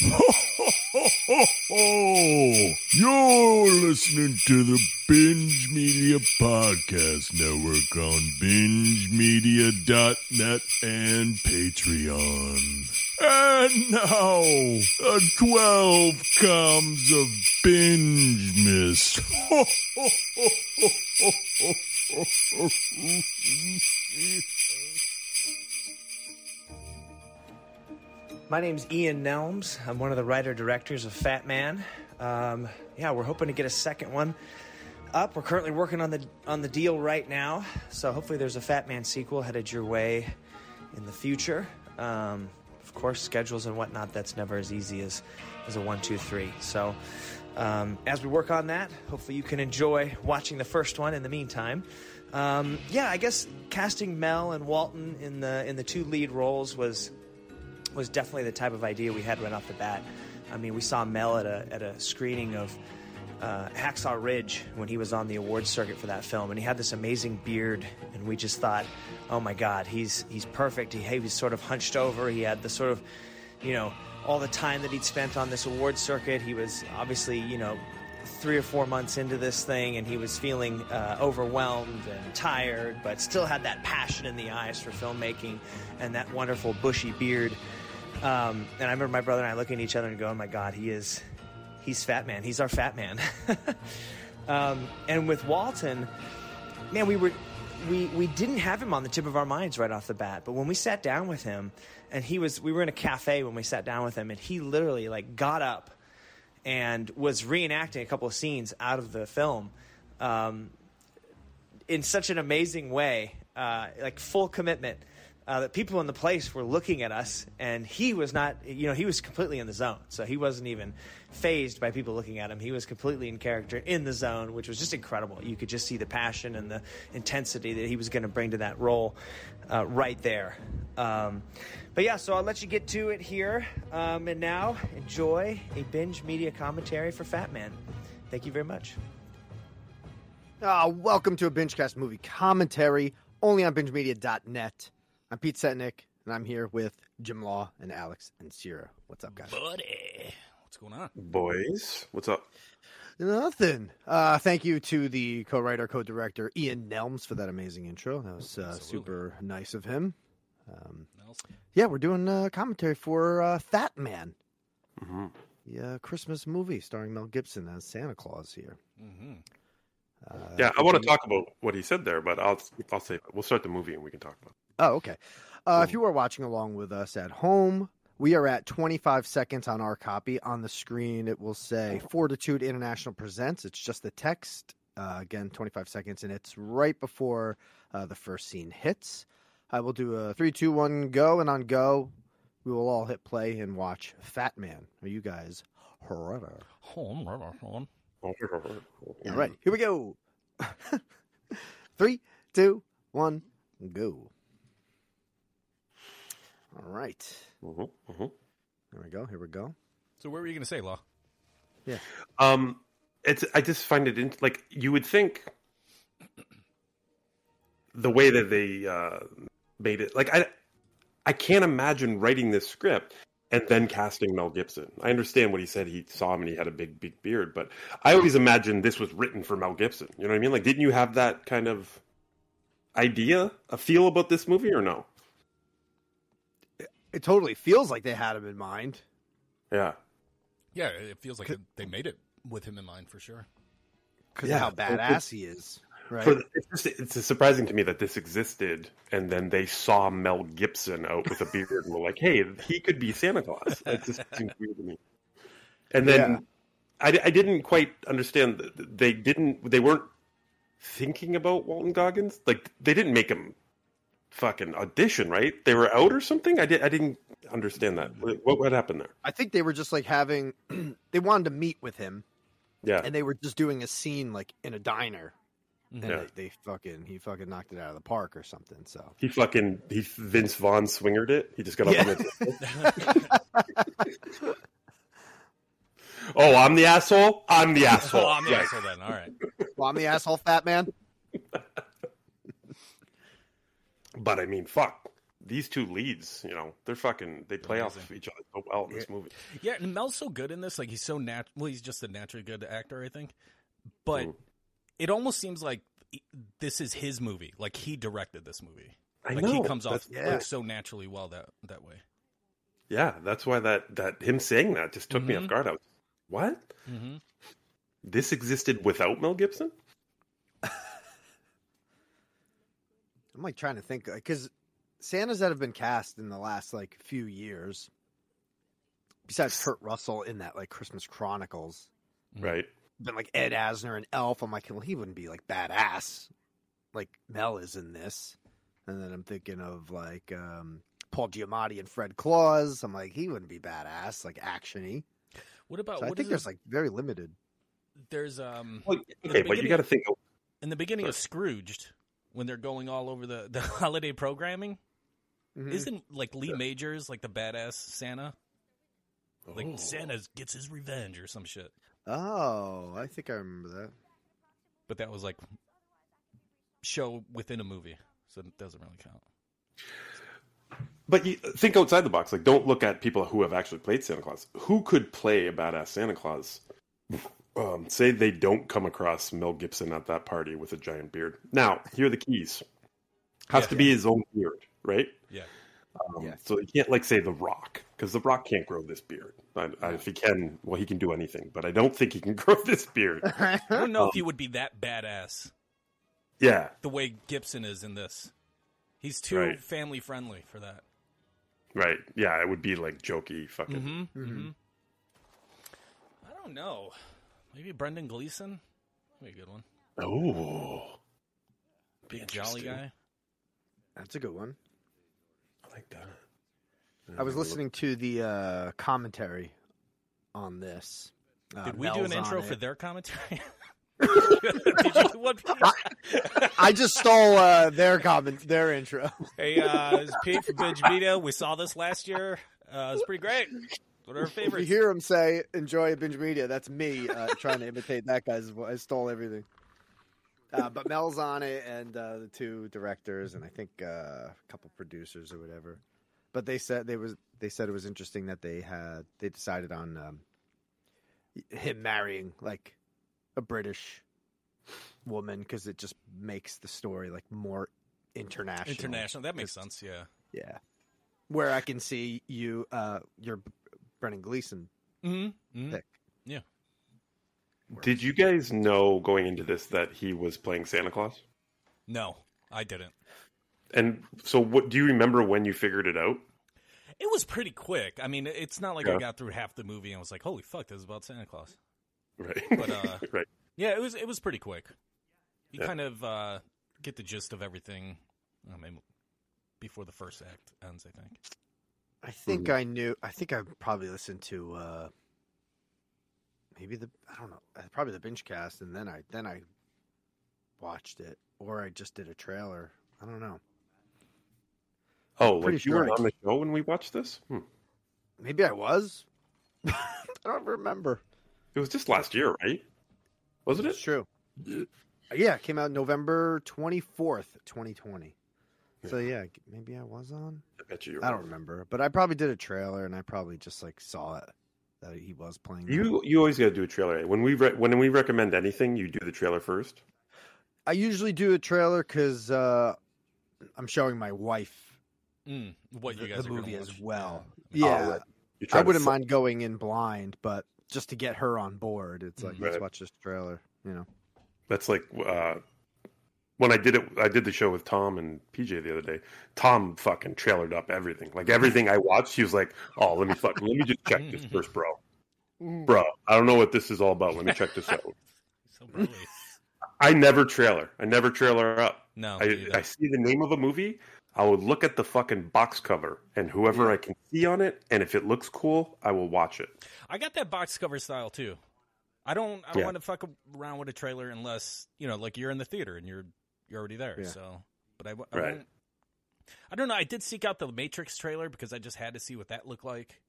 Ho, ho, ho, ho, ho. Oh, You're listening to the Binge Media Podcast Network on bingemedia.net and Patreon. And now, a 12 comes of binge mist. Ho, ho, ho, ho, ho, ho, ho, ho, ho. My name's Ian Nelms. I'm one of the writer directors of Fat Man. Um, yeah, we're hoping to get a second one up. We're currently working on the on the deal right now, so hopefully there's a Fat Man sequel headed your way in the future. Um, of course, schedules and whatnot. That's never as easy as as a one, two, three. So um, as we work on that, hopefully you can enjoy watching the first one. In the meantime. Um, yeah, I guess casting Mel and Walton in the in the two lead roles was was definitely the type of idea we had right off the bat. I mean, we saw Mel at a, at a screening of uh, Hacksaw Ridge when he was on the awards circuit for that film, and he had this amazing beard, and we just thought, oh my God, he's he's perfect. He, he was sort of hunched over. He had the sort of, you know, all the time that he'd spent on this awards circuit. He was obviously, you know, three or four months into this thing, and he was feeling uh, overwhelmed and tired, but still had that passion in the eyes for filmmaking and that wonderful bushy beard. Um, and I remember my brother and I looking at each other and going, "Oh my God, he is, he's Fat Man. He's our Fat Man." um, and with Walton, man, we were we we didn't have him on the tip of our minds right off the bat, but when we sat down with him, and he was we were in a cafe when we sat down with him, and he literally like got up and was reenacting a couple of scenes out of the film um, in such an amazing way, uh, like full commitment. Uh, that people in the place were looking at us, and he was not, you know, he was completely in the zone. So he wasn't even phased by people looking at him. He was completely in character, in the zone, which was just incredible. You could just see the passion and the intensity that he was going to bring to that role uh, right there. Um, but yeah, so I'll let you get to it here. Um, and now, enjoy a binge media commentary for Fat Man. Thank you very much. Uh, welcome to a Bingecast movie commentary, only on BingeMedia.net. I'm Pete Setnick, and I'm here with Jim Law and Alex and Sierra. What's up, guys? buddy. What's going on? Boys, what's up? Nothing. Uh, thank you to the co-writer, co-director Ian Nelms for that amazing intro. That was uh, Absolutely. super nice of him. Um, Nelson? yeah, we're doing uh, commentary for uh, Fat Man, Mm-hmm. the uh, Christmas movie starring Mel Gibson as Santa Claus. Here, Mm-hmm. uh, Yeah, I want to talk about what he said there, but I'll I'll say we'll start the movie and we can talk about. Oh, okay. Uh, if Mhm. you are watching along with us at home, we are at 25 seconds on our copy. On the screen, it will say Fortitude International Presents. It's just the text. Uh, again, 25 seconds, and it's right before uh, the first scene hits. I will do a three, two, one, go, and on go, we will all hit play and watch Fat Man. Are you guys ready? Hold on, hold on, hold on. it. All right, here we go. Three, two, one, go. All right. Mm-hmm. hmm There we go. Here we go. So, what were you going to say, Law? Um, it's I just find it in, like you would think the way that they uh, made it. Like I I can't imagine writing this script and then casting Mel Gibson. I understand what he said. He saw him and he had a big big beard, but I always imagined this was written for Mel Gibson. You know what I mean? Like, didn't you have that kind of idea, a feel about this movie, or no? It totally feels like they had him in mind. Yeah. Yeah, it feels like they made it with him in mind for sure. Because Yeah. of how badass he is. Right. So it's just it's just surprising to me that this existed, and then they saw Mel Gibson out with a beard and were like, "Hey, he could be Santa Claus." That just seems weird to me. And then Yeah. I, I didn't quite understand. that They didn't. They weren't thinking about Walton Goggins. Like they didn't make him fucking audition, right? They were out or something. I did. I didn't understand that. What what happened there? I think they were just like having, they wanted to meet with him, Yeah. and they were just doing a scene like in a diner, and Yeah. they, they fucking he fucking knocked it out of the park or something. So he fucking he Vince Vaughn swingered it. He just got up Yeah. on the Oh, I'm the asshole. I'm the asshole. Oh, I'm the Right. asshole then. All right. well, I'm the asshole fat man. But I mean, fuck. these two leads, you know, they're fucking they play off of each other so well in this movie. Yeah, and Mel's so good in this. Like he's so natural. Well, he's just a naturally good actor, I think. But Mhm. it almost seems like this is his movie. Like he directed this movie. I like know. he comes off That's- yeah. like so naturally well that that way. Yeah, that's why that that him saying that just took me Mhm. off guard. I was, what? Mm-hmm. This existed without Mel Gibson? I'm like trying to think because Santas that have been cast in the last like few years, besides Kurt Russell in that like Christmas Chronicles, Mhm. Right. been like Ed Asner and Elf. I'm like, well, he wouldn't be like badass like Mel is in this. And then I'm thinking of like um, Paul Giamatti and Fred Claus. I'm like, he wouldn't be badass, like actiony. What about? So I Oh, what think is there's it- like very limited. there's um Well, the okay, but you beginning- got to think. in the beginning of Scrooged when they're going all over the the holiday programming. Hmm. Mm-hmm. Isn't like Lee Majors like the badass Santa? Like Oh. Santa gets his revenge or some shit. Oh, I think I remember that. But that was like show within a movie, so it doesn't really count. But you, think outside the box. Like, don't look at people who have actually played Santa Claus. Who could play a badass Santa Claus? Um, say they don't come across Mel Gibson at that party with a giant beard. Now, here are the keys. Has Yeah. to be his own beard, right? Yeah. Um, Yeah. So you can't, like, say The Rock, because The Rock can't grow this beard. I, I, if he can, well, he can do anything, but I don't think he can grow this beard. I don't Um, know if he would be that badass Yeah, the way Gibson is in this. He's too Right. family friendly for that. right. Yeah, it would be like jokey, fucking. Mm-hmm. hmm I don't know. Maybe Brendan Gleeson. That'd be a good one. Mm-hmm. Oh, Be a jolly interesting. guy. That's a good one. I like that. I was listening to the uh, commentary on this. Uh, Did we do Mel's an on intro it. for their commentary? Did you do one? I just stole uh, their comment, their intro. Hey, uh, it's Pete from Binge Media. We saw this last year. Uh, it's pretty great. What are our If you favorites? hear him say "enjoy binge media," that's me uh, trying to imitate that guy's. vo- I stole everything. Uh, but Mel's on it, and uh, the two directors, and I think uh, a couple producers or whatever. But they said they was they said it was interesting that they had they decided on um, him marrying like a British woman because it just makes the story like more international. International. That makes sense. Yeah. Yeah. Where I can see you, uh, your Brennan Gleason Mm-hmm. pick. Did you guys know going into this that he was playing Santa Claus? No, I didn't. And so, what do you remember when you figured it out? It was pretty quick. I mean, it's not like I Yeah. got through half the movie and was like, "Holy fuck, this is about Santa Claus." Right. But, uh, right. Yeah, it was. It was pretty quick. You Yeah. kind of uh, get the gist of everything. I mean, before the first act ends, I think. I think I knew. I think I probably listened to uh, maybe the I don't know, uh, probably the binge cast, and then I then I watched it, or I just did a trailer. I don't know. Oh, pretty like you sure weren't I- on the show when we watched this? Hmm. Maybe I was. I don't remember. It was just last year, right? Wasn't It's it? true. Yeah, it came out November twenty fourth, twenty twenty. So yeah, maybe I was on. I bet you. You're I don't remember, but I probably did a trailer, and I probably just like saw it that he was playing. that. You you always got to do a trailer. eh? When we re- when we recommend anything, you do the trailer first. I usually do a trailer because uh, I'm showing my wife Mm, what the, you guys the are gonna movie as watch. well. Yeah. I mean, Yeah, I'll- You try I to wouldn't sell- mind going in blind, but just to get her on board, it's like Mhm. let's Right. watch this trailer. You know, That's like uh, when I did it. I did the show with Tom and PJ the other day. Tom fucking trailered up everything. Like everything I watched, he was like, "Oh, let me fuck. Let me just check this first, bro. Mm. Bro, I don't know what this is all about. Let me check this out." So brilliant. I never trailer. I never trailer up. No, I, neither. I see the name of a movie. I will look at the fucking box cover and whoever I can see on it, and if it looks cool, I will watch it. I got that box cover style too. I don't. I don't Yeah. want to fuck around with a trailer unless you know, like you're in the theater and you're you're already there. Yeah. So, but I, w- I Right. won't- I don't know. I did seek out the Matrix trailer because I just had to see what that looked like.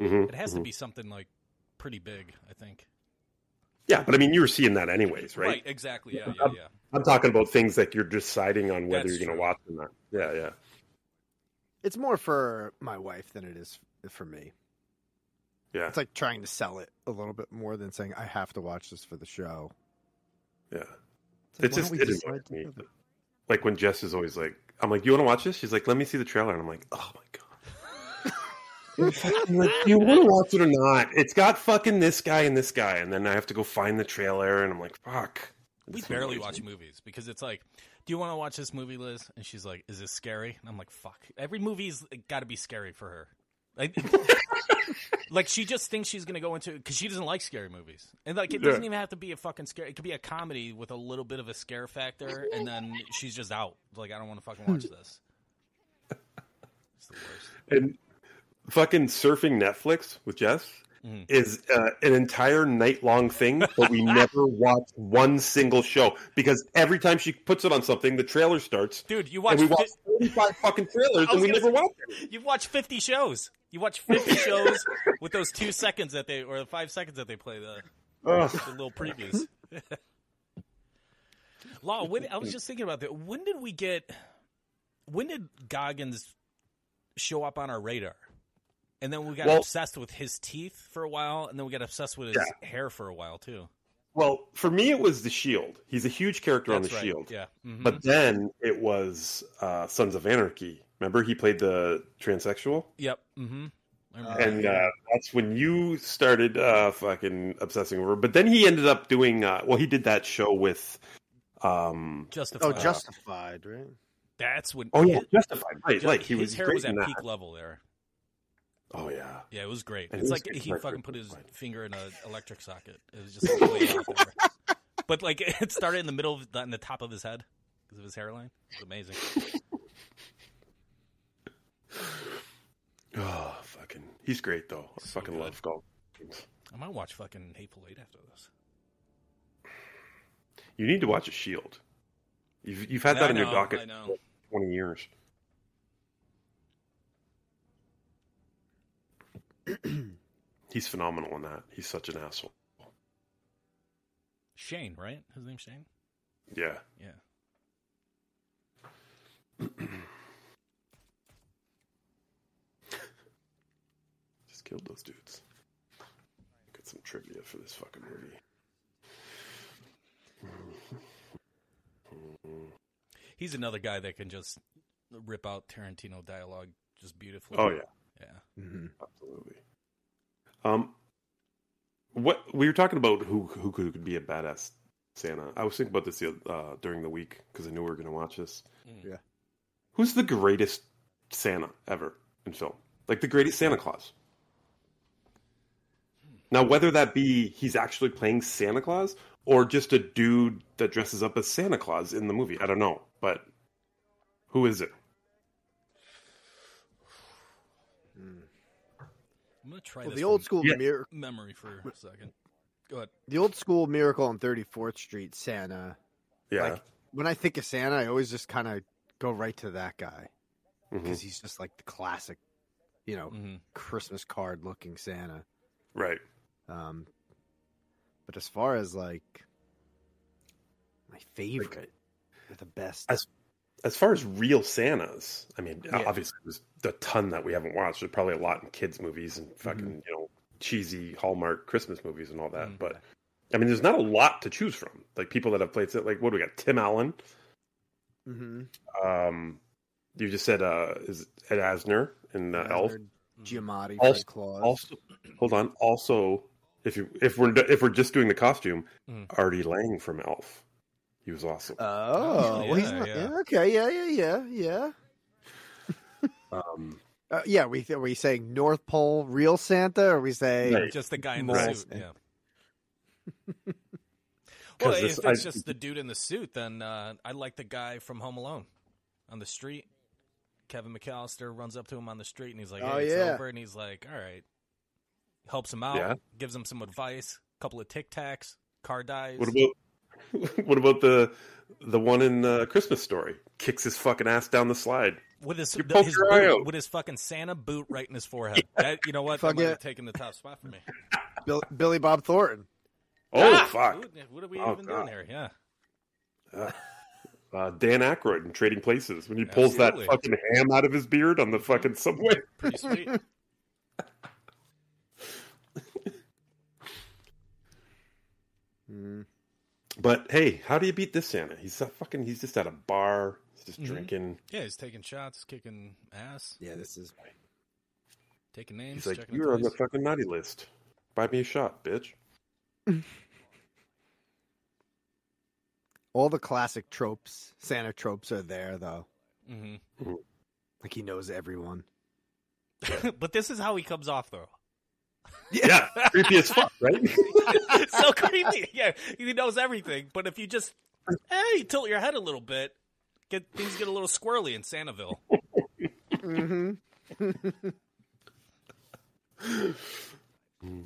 Mhm, It has mhm. to be something like pretty big, I think. Yeah, but I mean, you were seeing that anyways, right? exactly. Yeah. Yeah. I'm talking about things that you're deciding on whether That's you're going true. to watch or not. Yeah, yeah. It's more for my wife than it is for me. Yeah. It's like trying to sell it a little bit more than saying I have to watch this for the show. Yeah. It's like, It's why just don't we it decide annoys me. together? Like when Jess is always like, I'm like, you want to watch this? She's like, let me see the trailer. And I'm like, oh my God. I'm like, Do you want to watch it or not? It's got fucking this guy and this guy. And then I have to go find the trailer. And I'm like, fuck. We This barely annoys watch me. movies because it's like, do you want to watch this movie, Liz? And she's like, is this scary? And I'm like, fuck. Every movie's got to be scary for her. Like, like she just thinks she's gonna go into because she doesn't like scary movies, and like it Yeah. doesn't even have to be a fucking scare. It could be a comedy with a little bit of a scare factor, and then she's just out. Like I don't want to fucking watch this. It's the worst. And fucking surfing Netflix with Jess Mhm. is uh, an entire night long thing, but we never watch one single show because every time she puts it on something, the trailer starts. Dude, you watch and we watch 45 fucking trailers I and was we gonna never say- watch it. You've watched 50 shows. You watch 50 shows with those two seconds that they, or the five seconds that they play the, the little previews. Law, when, I was just thinking about that. When did we get, when did Goggins show up on our radar? And then we got Well- obsessed with his teeth for a while, and then we got obsessed with his hair for a while, too. Well, for me, it was The Shield. He's a huge character on That's The right. Shield. Yeah. Mhm. But then it was uh, Sons of Anarchy. Remember, he played the transsexual? yep. Mm-hmm. and uh, that's when you started uh, fucking obsessing over. But then he ended up doing. Uh, well, he did that show with. Um, Oh, Justified. Justified, right? That's when. oh yeah, his- Justified. Right, like he his was hair great was at in that. peak level there. Oh yeah, Yeah, it was great. And it's it like was good he for- fucking put his right. finger in an electric socket. It was just like, way off there. But like it started in the middle of the, in the top of his head because of his hairline. It was amazing. oh fucking, he's great though. I fucking good. love golf. I might watch fucking Hateful Eight after this. You need to watch a Shield. You've you've had that I in know, your docket I know. for twenty years. he's phenomenal in that. He's such an asshole. Shane, right? His name's Shane. Yeah. Yeah. Just killed those dudes. Got some trivia for this fucking movie. He's another guy that can just rip out Tarantino dialogue just beautifully. Oh yeah, yeah. Mm-hmm. absolutely. Um, what we were talking about who who could, could be a badass Santa? I was thinking about this the oth- uh, during the week because I knew we were going to watch this. Mm. Yeah. Who's the greatest Santa ever in film? Like the greatest Santa Claus. Now, whether that be he's actually playing Santa Claus or just a dude that dresses up as Santa Claus in the movie, I don't know. But who is it? I'm gonna try Well, this the old from school Yeah. mir- memory for a second. Go ahead. the old school miracle on 34th Street Santa. Yeah, Like when I think of Santa, I always just kind of go right to that guy Mhm. because he's just like the classic, you know, Mhm. Christmas card looking Santa. right. Um, but as far as like my favorite, or the best, As- As far as real Santas, I mean, Yeah. obviously there's a ton that we haven't watched. There's probably a lot in kids' movies and fucking you know cheesy Hallmark Christmas movies and all that. Mhm. But I mean, there's not a lot to choose from. Like people that have played it. Like what do we got? Tim Allen. mm-hmm. Um, you just said uh, is Ed Asner in uh, Elf. Giamatti, Also- Fred Claus. Also, hold on. Also, if you if we're if we're just doing the costume, Mm. Artie Lang from Elf. He was awesome. oh, well, he's yeah, not, yeah. yeah, okay, yeah, yeah, yeah, yeah. Um, Uh, yeah, we are we saying North Pole real Santa, or we say Right. Just the guy in the Right. suit. Right. Yeah. 'Cause well, this- if it's I- just the dude in the suit, then uh, I like the guy from Home Alone on the street. Kevin McAllister runs up to him on the street and he's like, "Hey, Oh, it's yeah. over," and he's like, "All right." Helps him out, Yeah. gives him some advice, couple of tic tacs, car dies. what about what about the the one in uh, Christmas Story? Kicks his fucking ass down the slide. with his, You the- poke his your eye boot- out. with his fucking Santa boot right in his forehead. That, you know what? Fuck that might yeah. have taken the top spot for me. Bill, Billy Bob Thornton? Oh Ah! fuck! Dude, What are we Oh, even God. doing here? Yeah. Uh, uh, Dan Aykroyd in Trading Places when he pulls Absolutely. that fucking ham out of his beard on the fucking subway. Pretty sweet. Mm. But hey, how do you beat this Santa? He's a fucking. He's just at a bar. He's just Mhm. drinking. Yeah, he's taking shots, kicking ass, Yeah, this is taking names. He's like, checking "You're on the authorities." fucking naughty list. Buy me a shot, bitch." all the classic tropes. Santa tropes are there though. Mhm. Like he knows everyone. but this is how he comes off, though. Yeah, creepy as fuck, right? so creepy. Yeah, he knows everything. But if you just eh, you tilt your head a little bit, get things get a little squirrely in Santaville. Mm-hmm.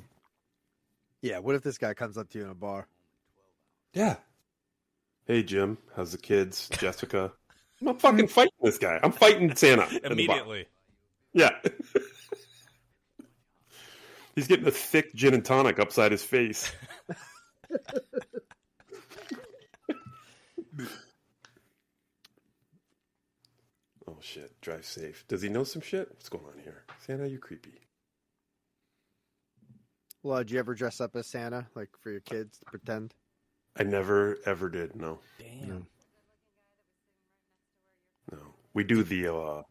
yeah. What if this guy comes up to you in a bar? yeah. Hey Jim, how's the kids? Jessica. I'm not fucking fighting this guy. I'm fighting Santa in the bar. Immediately, Yeah. He's getting a thick gin and tonic upside his face. oh shit, drive safe. Does he know some shit? What's going on here? Santa, you creepy. Well, did you ever dress up as Santa, like for your kids to pretend? I never ever did, no. Mm. damn. No. We do the uh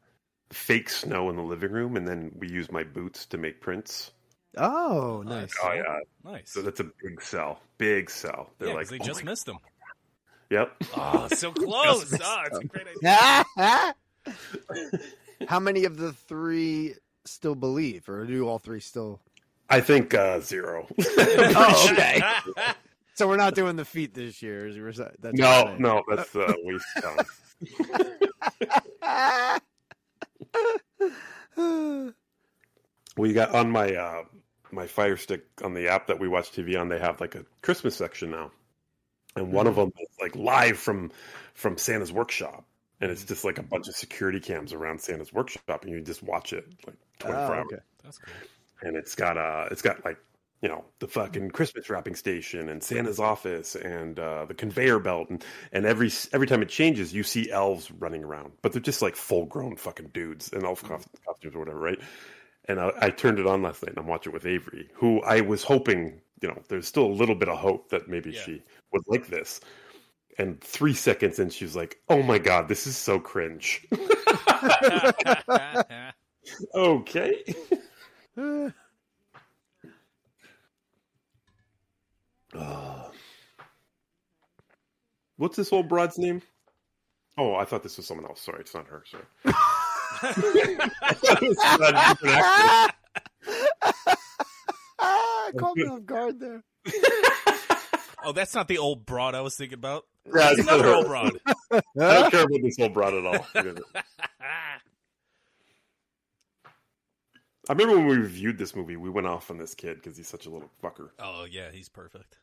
fake snow in the living room and then we use my boots to make prints. Oh, nice. nice. Oh yeah. Nice. So that's a big sell. Big sell. They're yeah, 'cause like they "Oh just my- missed him. Yep. Oh, so close. oh, it's a great idea. How many of the three still believe, or do all three still? I think uh zero. okay. so we're not doing the feat this year. Is your- that's what you're No, saying. no, that's uh, waste of time. We got on my uh, my Fire Stick on the app that we watch TV on. They have like a Christmas section now, and one of them is like live from from Santa's workshop, and it's just like a bunch of security cams around Santa's workshop, and you just watch it like twenty four Oh, hours. okay. That's cool. And it's got uh, it's got like you know the fucking Christmas wrapping station and Santa's office and uh, the conveyor belt, and and every s- every time it changes, you see elves running around, but they're just like full grown fucking dudes in elf cos- costumes or whatever, right? and I, I turned it on last night and I'm watching it with Avery, who I was hoping, you know, there's still a little bit of hope that maybe Yeah. she would like this. And three seconds in, she's like, "Oh my god, this is so cringe." okay, Ah. what's this old broad's name? Oh, I thought this was someone else. Sorry, it's not her. Sorry. It's not a different actor. Ah, caught me off guard there. oh, that's not the old broad I was thinking about. Yeah, That's it's not another her. old broad. I don't care about this whole broad at all. I remember when we reviewed this movie, we went off on this kid because he's such a little fucker. oh yeah, he's perfect.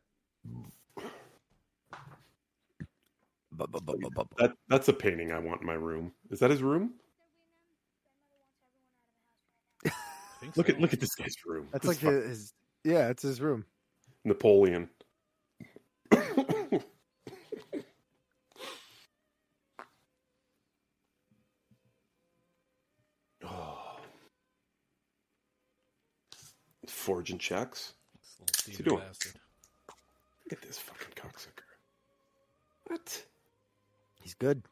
That that's a painting I want in my room. Is that his room? I think Look so. at look at this guy's room. That's This like fuck- his, his. Yeah, it's his room. Napoleon. Oh. Forging checks. This little thieving doing? bastard. Look at this fucking cocksucker. What? He's good.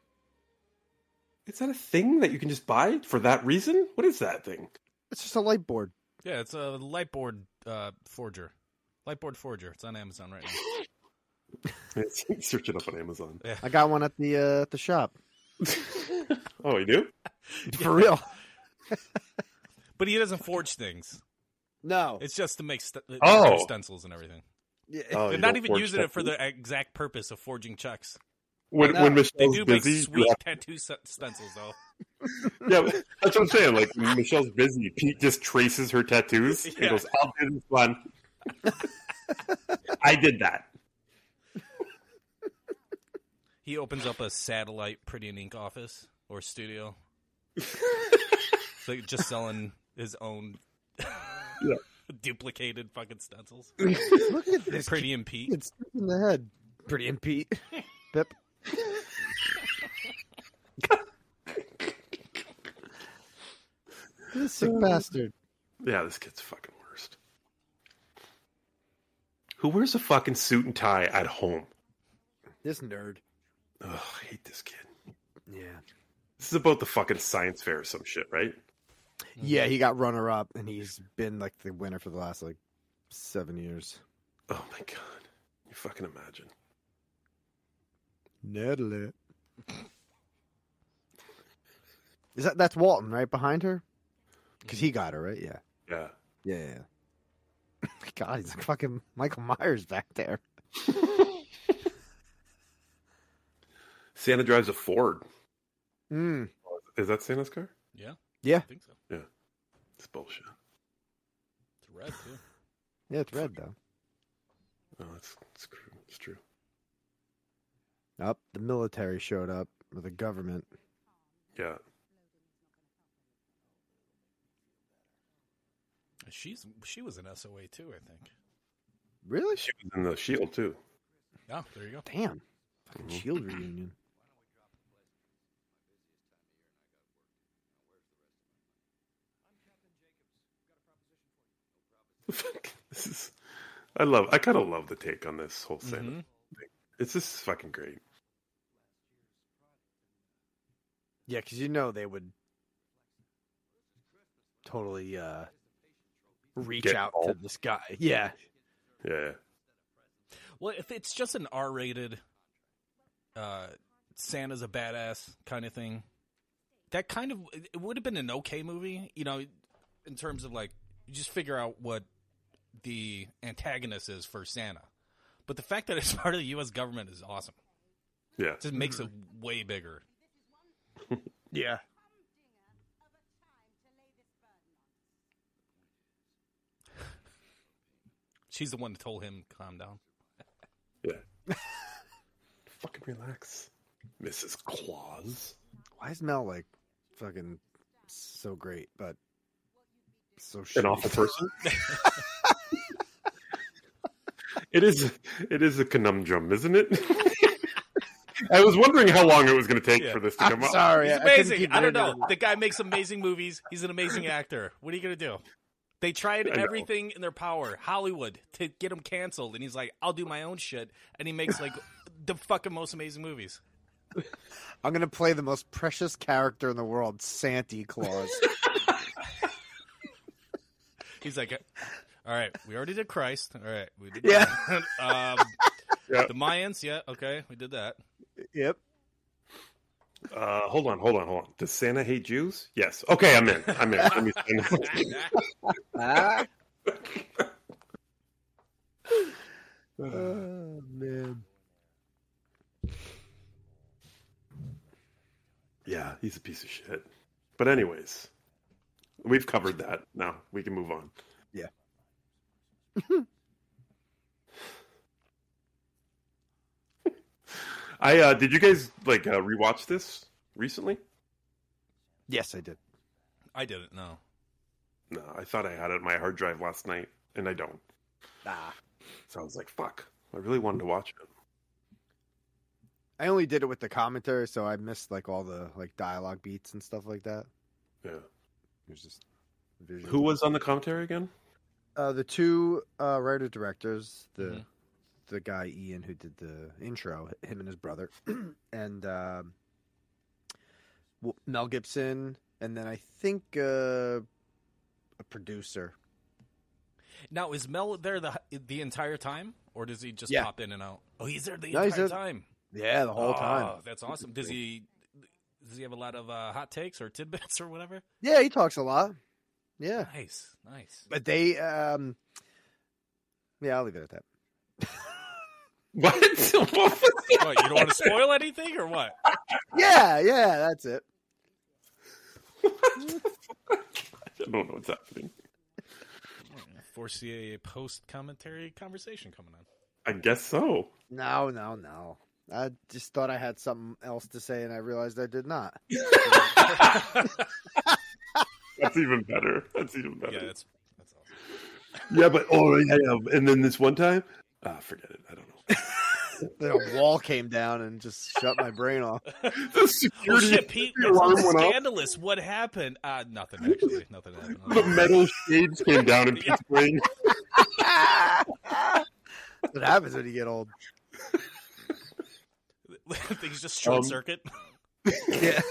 Is that a thing that you can just buy for that reason? What is that thing? It's just a light board. Yeah, it's a lightboard uh, forger. Lightboard forger. It's on Amazon right now. Search it up on Amazon. I got one at the uh, at the shop Oh, you do? for real. But he doesn't forge things. No. It's just to make st- uh, Oh. stencils and everything. Yeah. Oh, They're you not don't even forge Oh, using it for tattoos? the exact purpose of forging checks. When, No. when They Michelle's do make busy, you sweet have- tattoo st- stencils, though. yeah, but that's what I'm saying. Like when Michelle's busy, Pete just traces her tattoos. and Yeah. goes, "I'll do this one." I did that. He opens up a satellite Pretty in Ink office or studio. so he's just selling his own duplicated fucking stencils. Look at this. Pretty in Pete. It's in the head. Pretty and Pete. Pip. You sick bastard. Yeah, this kid's fucking worst. Who wears a fucking suit and tie at home? This nerd. Ugh, I hate this kid. Yeah. This is about the fucking science fair or some shit, right? Yeah, he got runner up and he's been like the winner for the last like seven years. Oh my god. You fucking imagine. Nettle it. Is that that's Walton right behind her? Because he got her right. Yeah. Yeah. Yeah. yeah, yeah. God, he's like fucking Michael Myers back there. Santa drives a Ford. Mm. Is that Santa's car? Yeah. Yeah. I think so. It's bullshit. It's red too. Yeah, it's red though. Oh, that's it's true. It's true. Up, the military showed up or the government. Yeah. She's she was an SOA too, I think. Really? She was in the Shield too. Oh, there you go. Damn. Fucking Mhm. Shield reunion. Fuck, this is. I love. I kind of love the take on this whole Santa. Mm-hmm. Mhm. It's just fucking great. Yeah, because you know they would totally uh reach Get out to involved. this guy. Yeah. Yeah. Well, if it's just an R-rated, uh, Santa's a badass kind of thing, that kind of it would have been an okay movie, you know, in terms of like you just figure out what the antagonist is for Santa. But the fact that it's part of the U.S. government is awesome. Yeah. It just makes it way bigger. Yeah. She's the one that told him calm down. Fucking relax, Mrs. Claus. Why is Mel like fucking so great, but so shitty? An awful person. it is. It is a conundrum, isn't it? I was wondering how long it was going to take Yeah. for this to come I'm up. sorry. Oh, He's I couldn't amazing. keep I, don't it in. know. The guy makes amazing movies. He's an amazing actor. What are you gonna do? They tried I know. everything in their power, Hollywood, to get him canceled, and he's like, "I'll do my own shit," and he makes like the fucking most amazing movies. I'm gonna play the most precious character in the world, Santa Claus. He's like, "All right, we already did Christ. All right, we did Yeah. that. um, Yeah. the Mayans. Yeah, okay, we did that. yep. Uh, hold on, hold on, hold on. Does Santa hate Jews? Yes. Okay, I'm in. I'm in. Let me sign up. Ah. oh man. yeah, he's a piece of shit. But anyways, we've covered that. Now we can move on. Yeah. I uh did you guys like uh rewatch this recently? Yes, I did. I didn't know. No, I thought I had it on my hard drive last night and I don't. Ah. So I was like, fuck. I really wanted to watch it. I only did it with the commentary, so I missed like all the like dialogue beats and stuff like that. Yeah. It was just visual. Who was on the commentary again? uh, the two uh, writer directors? The Mhm. the guy Ian who did the intro, him and his brother, and um, w- Mel Gibson, and then I think uh, a producer. Now is Mel there the the entire time, or does he just Yeah. pop in and out? Oh, he's there the No, he's entire there- time. Yeah, the whole time. Oh, That's awesome. Does he does he have a lot of uh, hot takes or tidbits or whatever? Yeah, he talks a lot. Yeah, Nice, nice. but they. um Yeah, I'll leave it at that. What? What was that? What, you don't want to spoil anything or what? Yeah, yeah, that's it. I don't know what's happening. Foresee a post commentary conversation coming on. I guess so. No, no, no. I just thought I had something else to say, and I realized I did not. That's even better. That's even better. Yeah, Yeah, that's that's awesome. but oh yeah, yeah. And then this one time, ah, forget it. I don't know. the wall came down and just shut my brain off. The Oh security shit, Pete! the That's alarm went off. scandalous. What happened? Uh, nothing actually. Nothing The happened. metal shades came down in Pete's brain. That's what happens when you get old. Things just short Um, circuit. Yeah.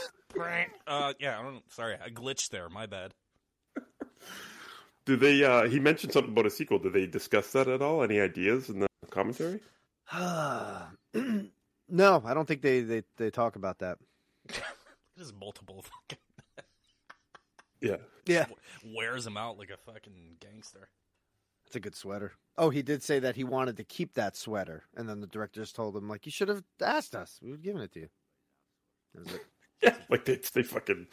Uh, yeah. I don't. Sorry, I glitched there. My bad. Do they? Uh, he mentioned something about a sequel. Did they discuss that at all? Any ideas in the commentary? no, I don't think they, they they talk about that. There's multiple fucking Yeah, wears him out like a fucking gangster. it's a good sweater. Oh, he did say that he wanted to keep that sweater, and then the directors told him like, "You should have asked us. We would have given it to you." That was it. Yeah, like they they fucking.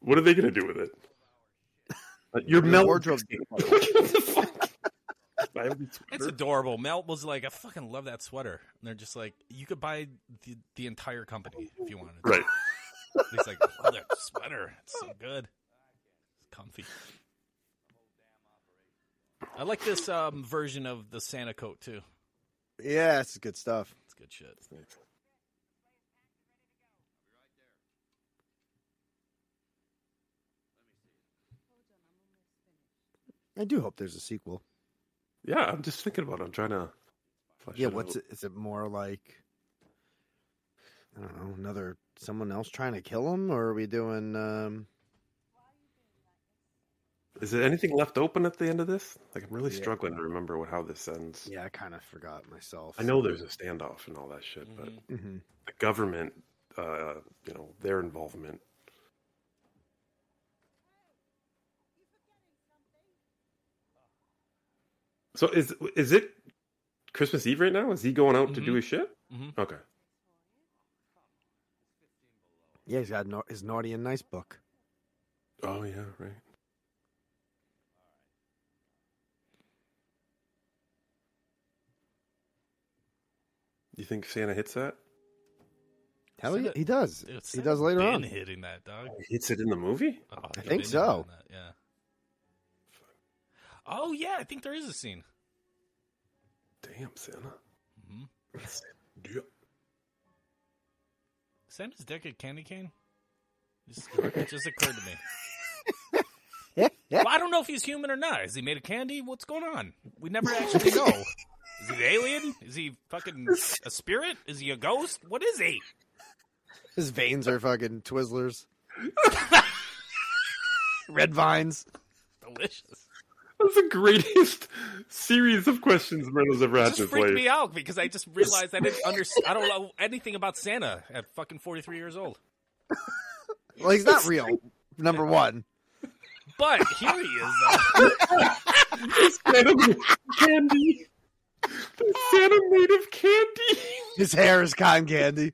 What are they gonna do with it? Uh, Your Your melt- wardrobe- what the fuck? I have these It's sweater- adorable. Mel was like, I fucking love that sweater. And they're just like, you could buy the, the entire company if you wanted. to. right. He's like, oh, that sweater. It's so good. It's comfy. I like this um, version of the Santa coat too. Yeah, it's good stuff. It's good shit. I do hope there's a sequel. Yeah, I'm just thinking about. it. I'm trying to. flesh Yeah, it what's out. it? Is it more like I don't know, another someone else trying to kill him, or are we doing? um Is there anything left open at the end of this? Like, I'm really Yeah. struggling to remember what, how this ends. Yeah, I kind of forgot myself. I know there's a standoff and all that shit, but Mhm. hmm the government, uh, you know, their involvement. So is is it Christmas Eve right now? Is he going out to do Mhm. his shit? Mhm. Okay. Yeah, he's got no, his naughty and nice book. Oh yeah, right. You think Santa hits that? Hell Santa- yeah, he does. Dude, he Santa's does later been on. hitting that dog. Hits it in the movie? Oh, he's think been so. hitting that, Yeah. Oh yeah, I think there is a scene. Damn, Santa. Mm-hmm. hmm Yeah. Santa's dick a candy cane? Just, it just occurred to me. Well, I don't know if he's human or not. Is he made of candy? What's going on? We never actually know. Is he an alien? Is he fucking a spirit? Is he a ghost? What is he? His veins are fucking Twizzlers, red vines. Delicious. That's the greatest series of questions Reynolds ever It had just to freaked play. me out because I just realized I didn't understand. I don't know anything about Santa at fucking forty three years old. Well, he's not real. Number one. But here he is. Though. Santa made of candy. The Santa made of candy. His hair is cotton candy.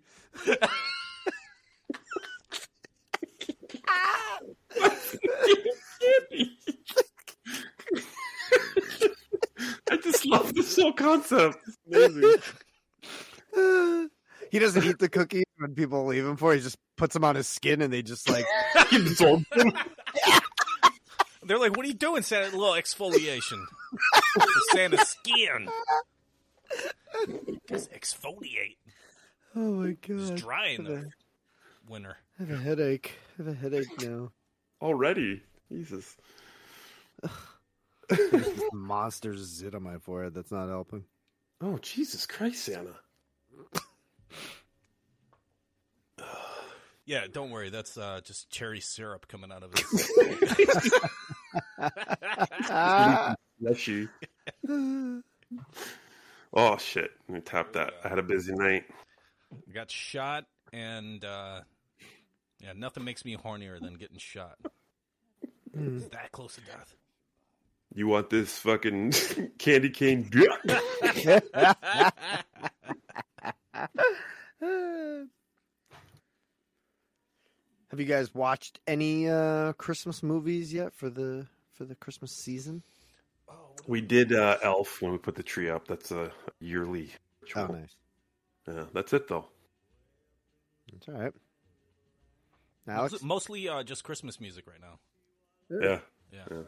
candy. I just love this whole concept. he doesn't eat the cookies when people leave him for. it. He just puts them on his skin, and they just like He absorbed them. They're like, "What are you doing, Santa?" A little exfoliation for Santa's skin. Just exfoliate. Oh my It's god! dry in Okay. the winter. I have a headache. I have a headache now. Already. Jesus. Monsters zit on my forehead. That's not helping. Oh, Jesus Christ, Santa. Yeah, don't worry. That's uh, just cherry syrup coming out of his. Ah. Bless you. Oh, shit. Let me tap that. I had a busy night. Got shot, and uh, yeah, nothing makes me hornier than getting shot. Hmm. It's that close to death. You want this fucking candy cane? dick? have you guys watched any uh, Christmas movies yet for the for the Christmas season? We did uh, Elf when we put the tree up. That's a yearly. Oh, ritual. nice. Yeah, that's it though. That's all right. Mostly- Alex, Mostly uh, just Christmas music right now. Yeah, Yeah. Yeah. And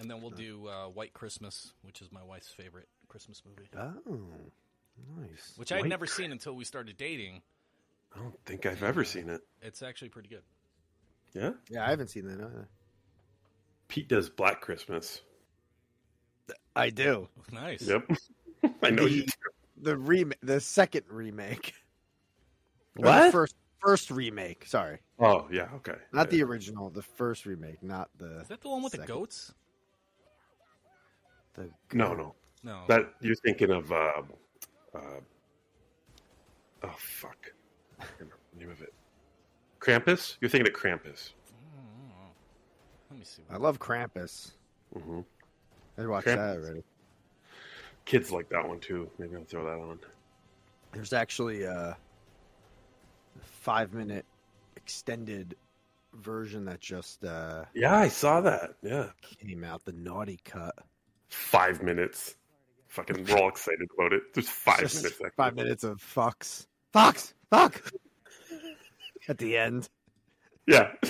and then we'll do uh, White Christmas, which is my wife's favorite Christmas movie, Oh, nice. which I had White never seen until we started dating. I don't think I've ever seen it. It's actually pretty good. Yeah, Yeah, I haven't seen that either. Pete does Black Christmas. I do. Nice. Yep, I know you. Do. The rem- the second remake. Or The What? first first remake. Sorry, Oh yeah, okay. not Yeah. the original. The first remake, not the Is that the one with the Second. goats? the. no no. No. That you're thinking of. Uh, uh, oh fuck! I can't remember the name of it. Krampus. You're thinking of Krampus. Let me see. I love Krampus. hmm I watched that Krampus. already. Kids like that one too. Maybe I'll throw that on. There's actually a five minute extended version that just uh, Yeah, I saw that. Yeah, came out. The naughty cut. five minutes. Fucking, we're all excited about it. There's five Just minutes. Actually. Five minutes of fucks. Fox. Fuck. At the end, Yeah,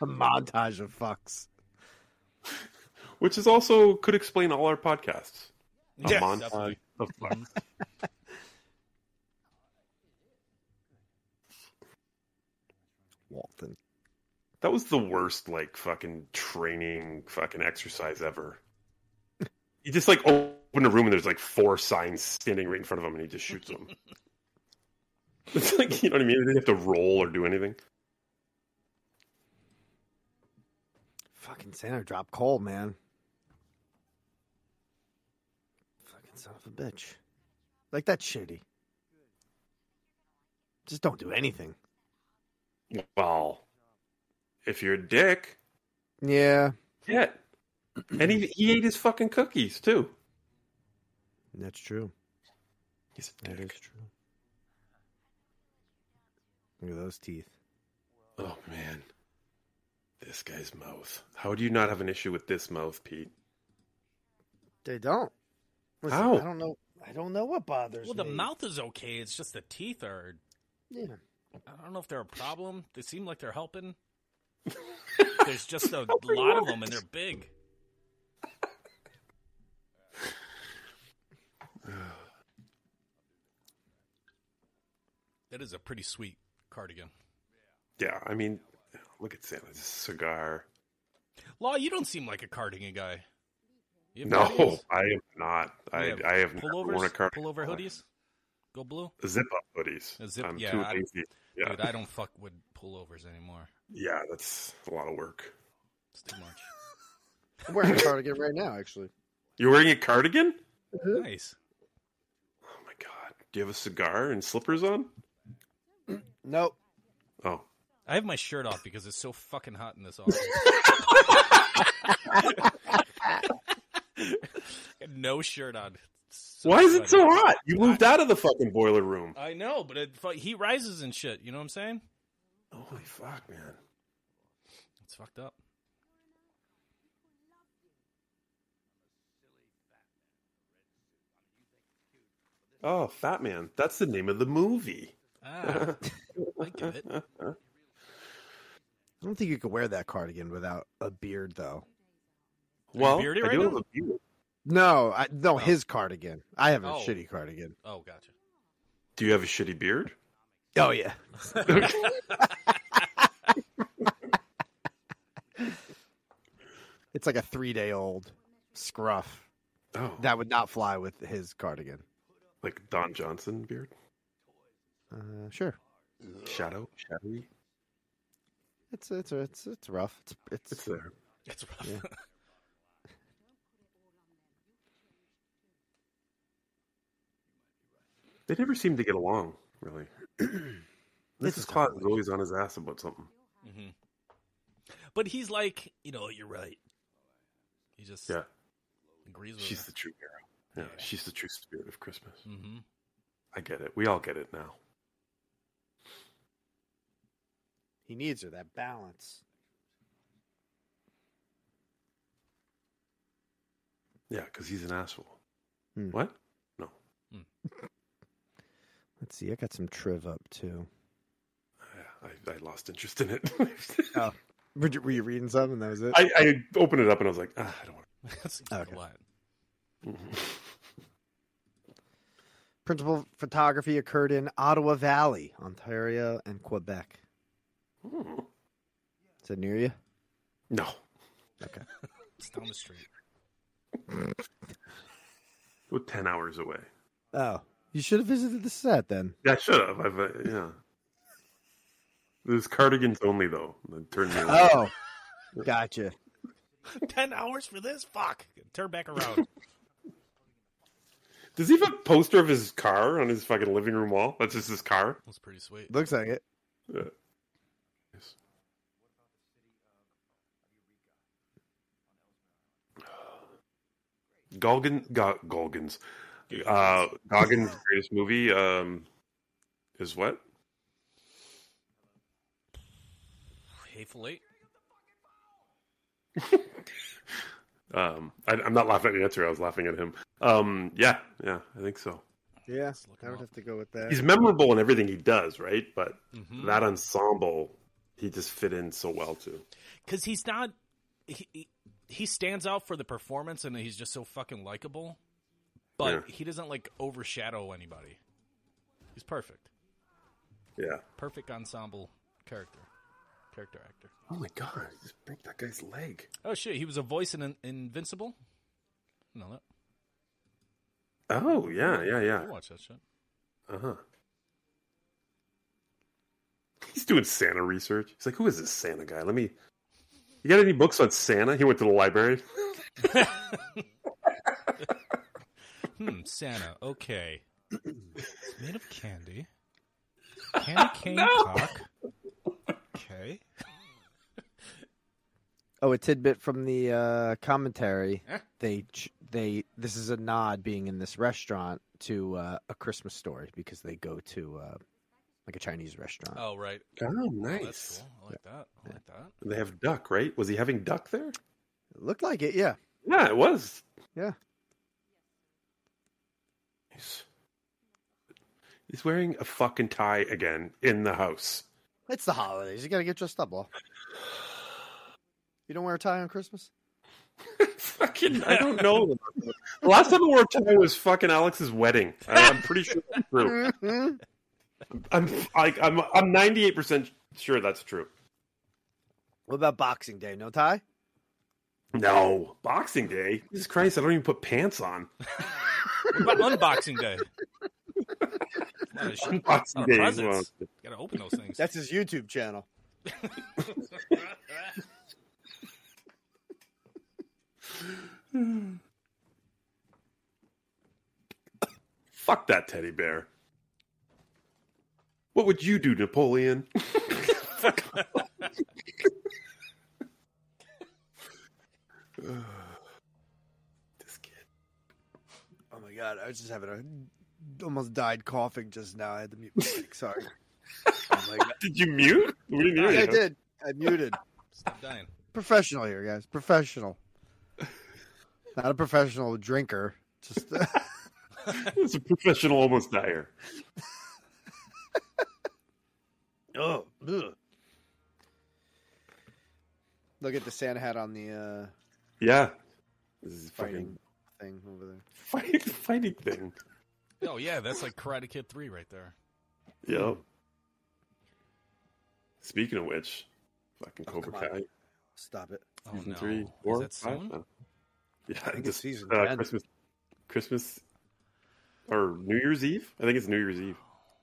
a montage of fucks. which is also could explain all our podcasts. A Yes, montage definitely. of fuck. Walton. That was the worst, like fucking training, fucking exercise ever. You just like open a room and there's like four signs standing right in front of him, and he just shoots them. it's like you know what I mean. They didn't have to roll or do anything. Fucking Santa dropped coal, man. Fucking son of a bitch. Like that's shitty. Just don't do anything. Well, if you're a dick, Yeah, yeah. And he he ate his fucking cookies too. that's true. He's a That dick. is true. Look at those teeth. Oh man, this guy's mouth. How do you not have an issue with this mouth, Pete? They don't. Listen, How? I don't know. I don't know what bothers Well, the me. mouth is okay. It's just the teeth are. Yeah. I don't know if they're a problem. They seem like they're helping. There's just a lot of them, and they're big. that is a pretty sweet cardigan. Yeah, I mean, look at Santa's cigar. Law, you don't seem like a cardigan guy. You have No, cardigans? I am not. I You I have never pullovers, worn a car. pullover hoodies. Go blue, Zip up hoodies. A zip- I'm yeah, too I- lazy. Yeah, dude. I don't fuck with pullovers anymore. yeah, that's a lot of work. It's too much. I'm wearing a cardigan right now, actually. You're wearing a cardigan? nice. Oh my god! Do you have a cigar and slippers on? Nope. Oh, I have my shirt off because it's so fucking hot in this office. no shirt on. It's so why is it so sweaty. hot? You moved out of the fucking boiler room. I know, but it, fu- heat rises and shit. You know what I'm saying? Holy fuck, man! It's fucked up. Oh, Fat Man. That's the name of the movie. Ah, I get it. I don't think you could wear that cardigan without a beard, though. Well, beardy I right do now? have a beard. No, I, no, Oh. his cardigan. I have a Oh. shitty cardigan. Oh, gotcha. Do you have a shitty beard? Oh yeah. it's like a three day old scruff Oh, that would not fly with his cardigan. like Don Johnson beard. Uh, sure, Shadow, shadowy. it's it's it's it's rough. It's It's it's there. It's rough. Yeah. They never seem to get along, really. This Mrs. is Claus how is always on his ass about something. hmm Mm-hmm. But he's like, you know, you're right. He just Yeah, Oh, agrees with she's the true hero. Yeah, Yeah. she's the true spirit of Christmas. hmm I get it. We all get it now. he needs her that balance. Yeah, because he's an asshole. Hmm. What? Let's see, I got some triv up too. Yeah, I, I lost interest in it. Oh. Were you, were you reading some and that was it? I, I opened it up and I was like, ah, I don't want. That's a Okay. lot. Principal photography occurred in Ottawa Valley, Ontario, and Quebec. to Is that near you? Mm-hmm. No, It's down the street. we're ten hours away. Oh, you should have visited the set then. Yeah, I should have. I've, uh, yeah. There's cardigans only though. That turn me. away. Oh, gotcha. Ten hours for this? Fuck. Turn back around. Does he have a poster of his car on his fucking living room wall? That's just his car. That's pretty sweet. Looks like it. Yeah. Golgan, Go, Golgans, uh, Goggins' greatest movie um, is what? Hateful Eight. Um, I, I'm not laughing at the answer. I was laughing at him. Um, yeah, yeah, I think so. Yeah, Let's look I him would up. have to go with that. He's memorable in everything he does, right? But Mhm. that ensemble, he just fit in so well too. because he's not he, he- he stands out for the performance and he's just so fucking likable but Yeah. he doesn't like overshadow anybody he's perfect Yeah. perfect ensemble character character actor Oh my god! Just break that guy's leg. oh shit he was a voice in, in invincible no that Oh yeah, yeah, yeah. I watch that shit Uh huh. He's doing Santa research. He's like, who is this Santa guy? Let me. You got any books on Santa? He went to the library. hmm santa okay it's made of candy candy cane cock okay Oh, a tidbit from the uh, commentary. They ch- they this is a nod being in this restaurant to uh, a Christmas story because they go to uh, like a Chinese restaurant. oh right Oh, Oh, nice. that's cool i like that i like that They have duck, right? Was he having duck there? It looked like it, yeah. Yeah, it was. Yeah. He's, he's wearing a fucking tie again in the house. It's the holidays. You gotta get dressed up, Law. You don't wear a tie on Christmas? fucking, I don't know. the last time I wore a tie was fucking Alex's wedding. I, I'm pretty sure that's true. Mhm. I'm like I'm I'm 98 percent sure that's true. what about Boxing Day? No tie? No, Boxing Day. Jesus Christ, I don't even put pants on. What about unboxing day? Gotta sh- Boxing Not Day. is one presents. of the- Gotta open those things. That's his YouTube channel. Fuck that teddy bear. What would you do, Napoleon? this kid. Oh my god, I was just having a almost died coughing just now. I had to mute my mic. Sorry. oh my god. Did you mute? We didn't hear I you. did. I muted. Stop dying. professional here, guys. Professional. Not a professional drinker. Just uh, It's a professional almost dire. oh, ugh. look at the Santa hat on the uh, yeah. This is fighting thing fucking over there. fighting, fighting thing. Oh yeah, that's like Karate Kid Three right there. Yep. Speaking of which, fucking Oh, Cobra come on. Kai Stop it. Oh season no, three, is four, that soon? five now. Yeah, I think think it's it's season uh, 10. Christmas, Christmas, or New Year's Eve. I think it's New Year's Eve.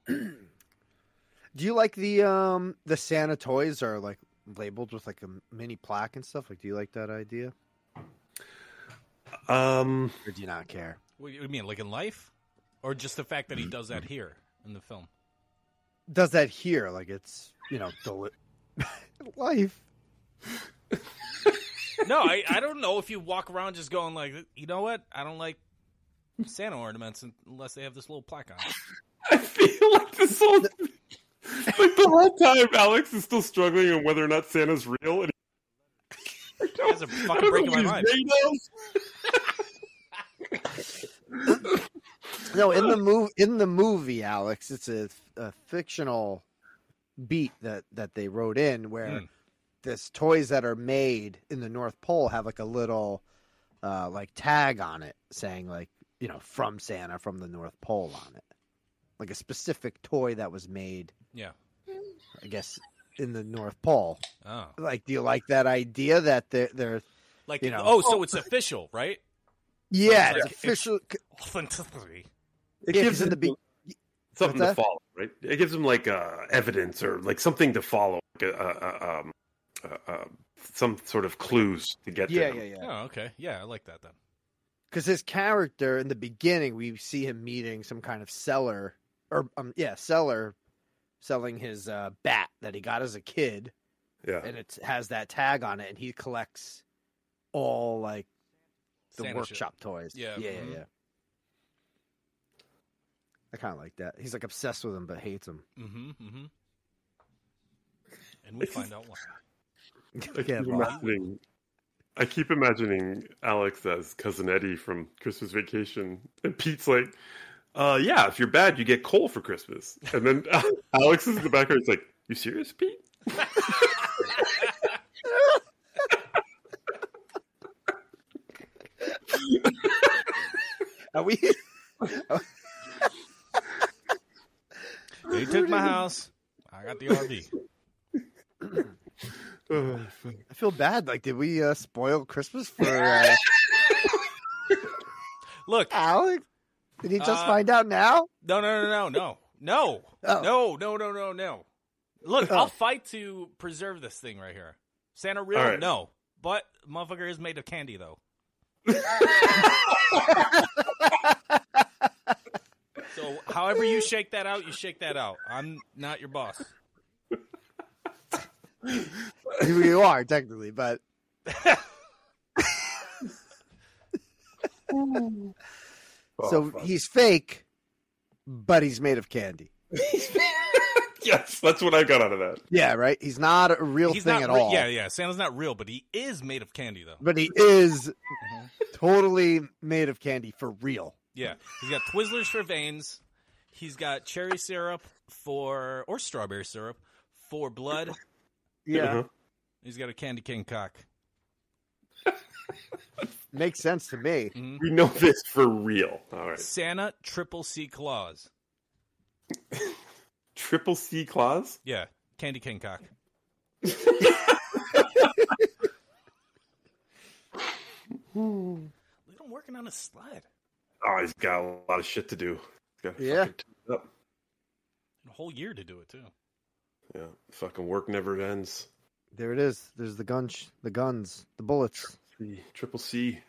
Do you like the um the Santa toys are like labeled with like a mini plaque and stuff? Like, do you like that idea, Um, or do you not care? What do you mean, like in life, or just the fact that he does that here in the film? Does that here? Like, it's you know deli- life. No, I, I don't know if you walk around just going like, you know what? I don't like Santa ornaments unless they have this little plaque on. it." I feel like this whole like the whole time Alex is still struggling on whether or not Santa's real. And he, I don't- guys are fucking I don't know breaking what my his name is. No, in the move in the movie, Alex, it's a, a fictional beat that that they wrote in where Mm. this toys that are made in the North Pole have like a little uh like tag on it saying like, you know, from Santa from the North Pole on it. Like a specific toy that was made, Yeah. I guess, in the North Pole. Oh. Like, do you like that idea that they're, they're Like You know. oh, so it's official, right? yeah, it's it's like- official? Authenticity. It Yeah, 'cause gives in them the be- what's something to that? follow, right? It gives them like uh, evidence or like something to follow, like a, a, a, um, uh, uh, some sort of clues to get. to yeah, them. yeah, yeah. Oh, okay. Yeah, I like that then. because his character in the beginning we see him meeting some kind of seller or um yeah seller selling his uh bat that he got as a kid yeah. and it has that tag on it and he collects all like the Santa shit. workshop toys Yeah. yeah Mhm. yeah, yeah. i kind of like that he's like obsessed with him but hates him Mm-hmm. Mm-hmm. And we find out why. I keep, yeah, well, imagining, I keep imagining Alex as cousin Eddie from Christmas Vacation, and Pete's like, uh, "Yeah, if you're bad, you get coal for Christmas." And then Alex is in the background. He's like, "You serious, Pete?" are we They took my house. I got the RV. Uh, i feel bad like did we uh spoil christmas for uh, Look, alex did he just Uh, find out now no, no, no, no, no, no, Oh. no, no, no, no, no. Look, Oh. I'll fight to preserve this thing right here. Santa real, All right. no, but motherfucker is made of candy though. so, however you shake that out, you shake that out. I'm not your boss. you are technically, but Oh, so fuck. he's fake, but he's made of candy. yes, that's what I got out of that. Yeah, right. He's not a real He's thing at not re- all. Yeah, yeah. Santa's not real, but he is made of candy though. but he is Mm-hmm. totally made of candy for real. Yeah, he's got Twizzlers for veins. He's got cherry syrup for or strawberry syrup for blood. Uh-huh. He's got a candy cane cock. Mm-hmm. Makes sense to me. Mhm. we know this for real. All right, Santa triple C claws. triple C claws. Yeah, candy cane cock. Look, I'm working on a sled. Oh, he's got a lot of shit to do. He's got Yeah. Up. A whole year to do it too. Yeah, fucking work never ends. There it is. There's the gun, sh- the guns, the bullets. C- Triple C.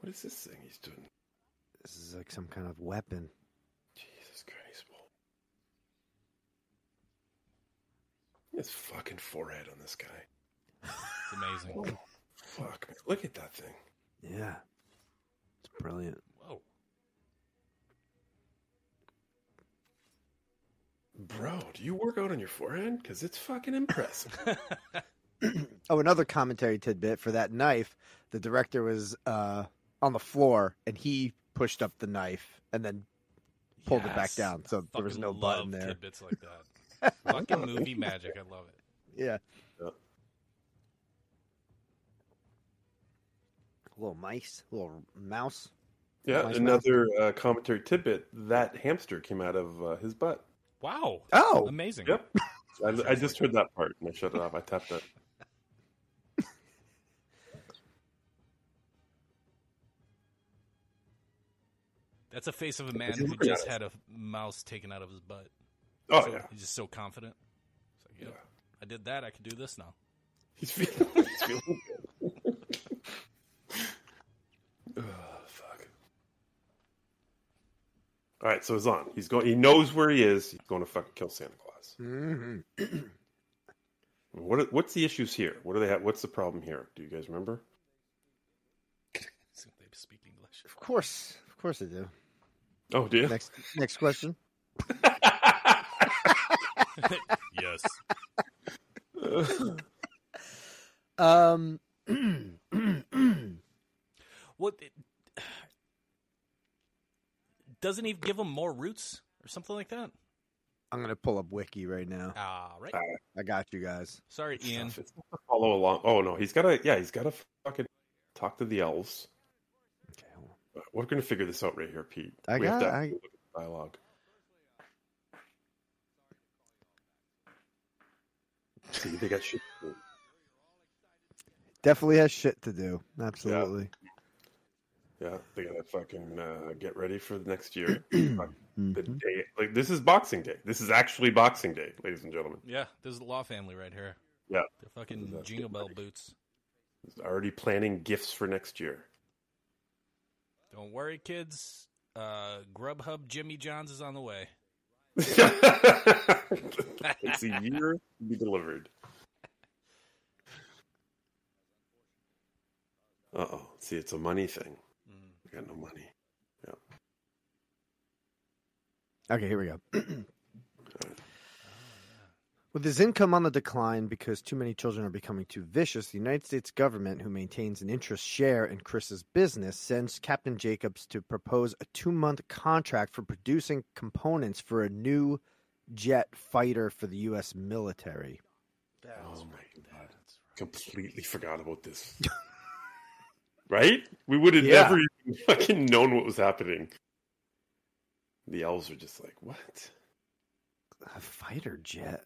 What is this thing he's doing? This is like some kind of weapon. Jesus Christ. Paul. His fucking forehead on this guy. It's amazing. Fuck, man. Look at that thing. Yeah, it's brilliant. Whoa. Bro, do you work out on your forehead? Because it's fucking impressive. Oh, another commentary tidbit for that knife. The director was uh, on the floor and he pushed up the knife and then pulled it back Yes. down. So there was Fucking no love button there. Tidbits like that. Fucking movie magic. I love it. Yeah. Yeah. Little mice, little mouse. yeah, Nice another uh, commentary tidbit. That hamster came out of uh, his butt. Wow. Oh, Amazing. Yep. I, I just heard that part and I shut it off. I tapped that. That's a face of a man you who looking at just us? had a mouse taken out of his butt. Oh, so, yeah. He's just so confident. It's like, yep, Yeah. I did that. I could do this now. He's feeling, he's feeling good. oh, fuck. All right, so he's on. He's going. He knows where he is. He's going to fucking kill Santa Claus. hmm What? are- What's the issues here? What do they have? What's the problem here? Do you guys remember? See if They speak English. of course, of course I do. Oh, do you? Next, next question. yes. Um, What? it- doesn't he give him more roots or something like that? I'm gonna pull up Wiki right now. All Ah, right. I got you guys. Sorry, Ian. It's tough to follow along. Oh no, he's gotta. Yeah, he's gotta fucking talk to the elves. Uh, Okay, hold on. We're gonna figure this out right here, Pete. I we got- have to I- look at the dialogue. See, they got shit. to do. Definitely has shit to do. Absolutely. Yeah, they gotta fucking uh, get ready for the next year. Fuck, the Mhm. day, like this is Boxing Day. This is actually Boxing Day, ladies and gentlemen. Yeah, this is the Law family right here. Yeah. They're fucking That's jingle bell right. boots. Already planning gifts for next year. Don't worry, kids. Uh, Grubhub Jimmy John's is on the way. it's a year to be delivered. Uh oh. See, it's a money thing. I got no money. Okay, here we go. With his income on the decline because too many children are becoming too vicious, the United States government, who maintains an interest share in Chris's business, sends Captain Jacobs to propose a two month contract for producing components for a new jet fighter for the U.S. military. oh my god! Completely forgot about this. right? We would have Yeah. never even fucking known what was happening. The elves are just like, what? A fighter jet?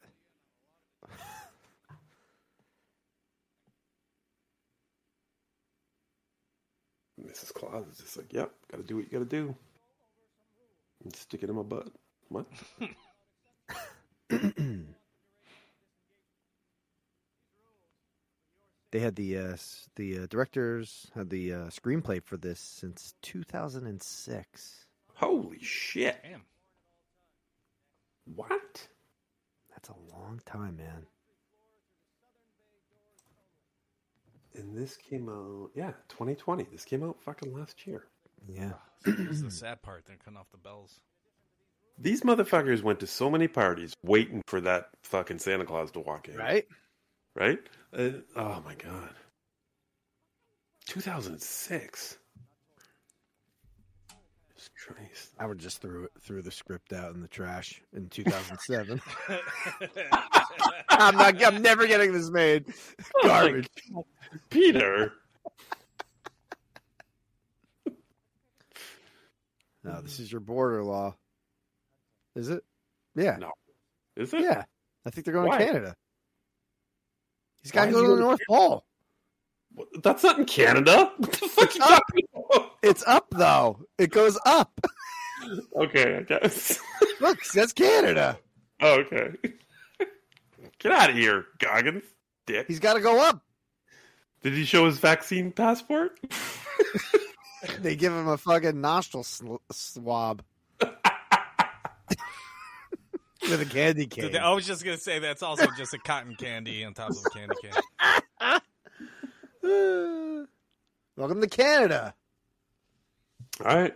Mrs. Claus is just like, yep, gotta do what you gotta do. And stick it in my butt. What? They had the uh, s- the uh, directors had the uh, screenplay for this since 2006. Holy shit. Damn. What? That's a long time, man. And this came out, yeah, 2020. This came out fucking last year. Yeah. So here's the sad part. They're cutting off the bells. These motherfuckers went to so many parties waiting for that fucking Santa Claus to walk in. Right? Right? Uh, oh my God. 2006. Jesus Christ. I would just threw it, threw the script out in the trash in 2007. I'm not. I'm never getting this made. Garbage. Peter. No, this is your border law. Is it? Yeah. No. Is it? Yeah. I think they're going Why? to Canada. He's got to Why go is to the he- North Pole. What- That's not in Canada. What the fuck you talking about? It's up though. It goes up. Okay, I guess. Look, that's Canada. Oh, okay. Get out of here, Goggins. Dick. He's got to go up. Did he show his vaccine passport? They give him a fucking nostril sl- swab with a candy cane. I was just gonna say that's also just a cotton candy on top of a candy cane. Welcome to Canada. All right.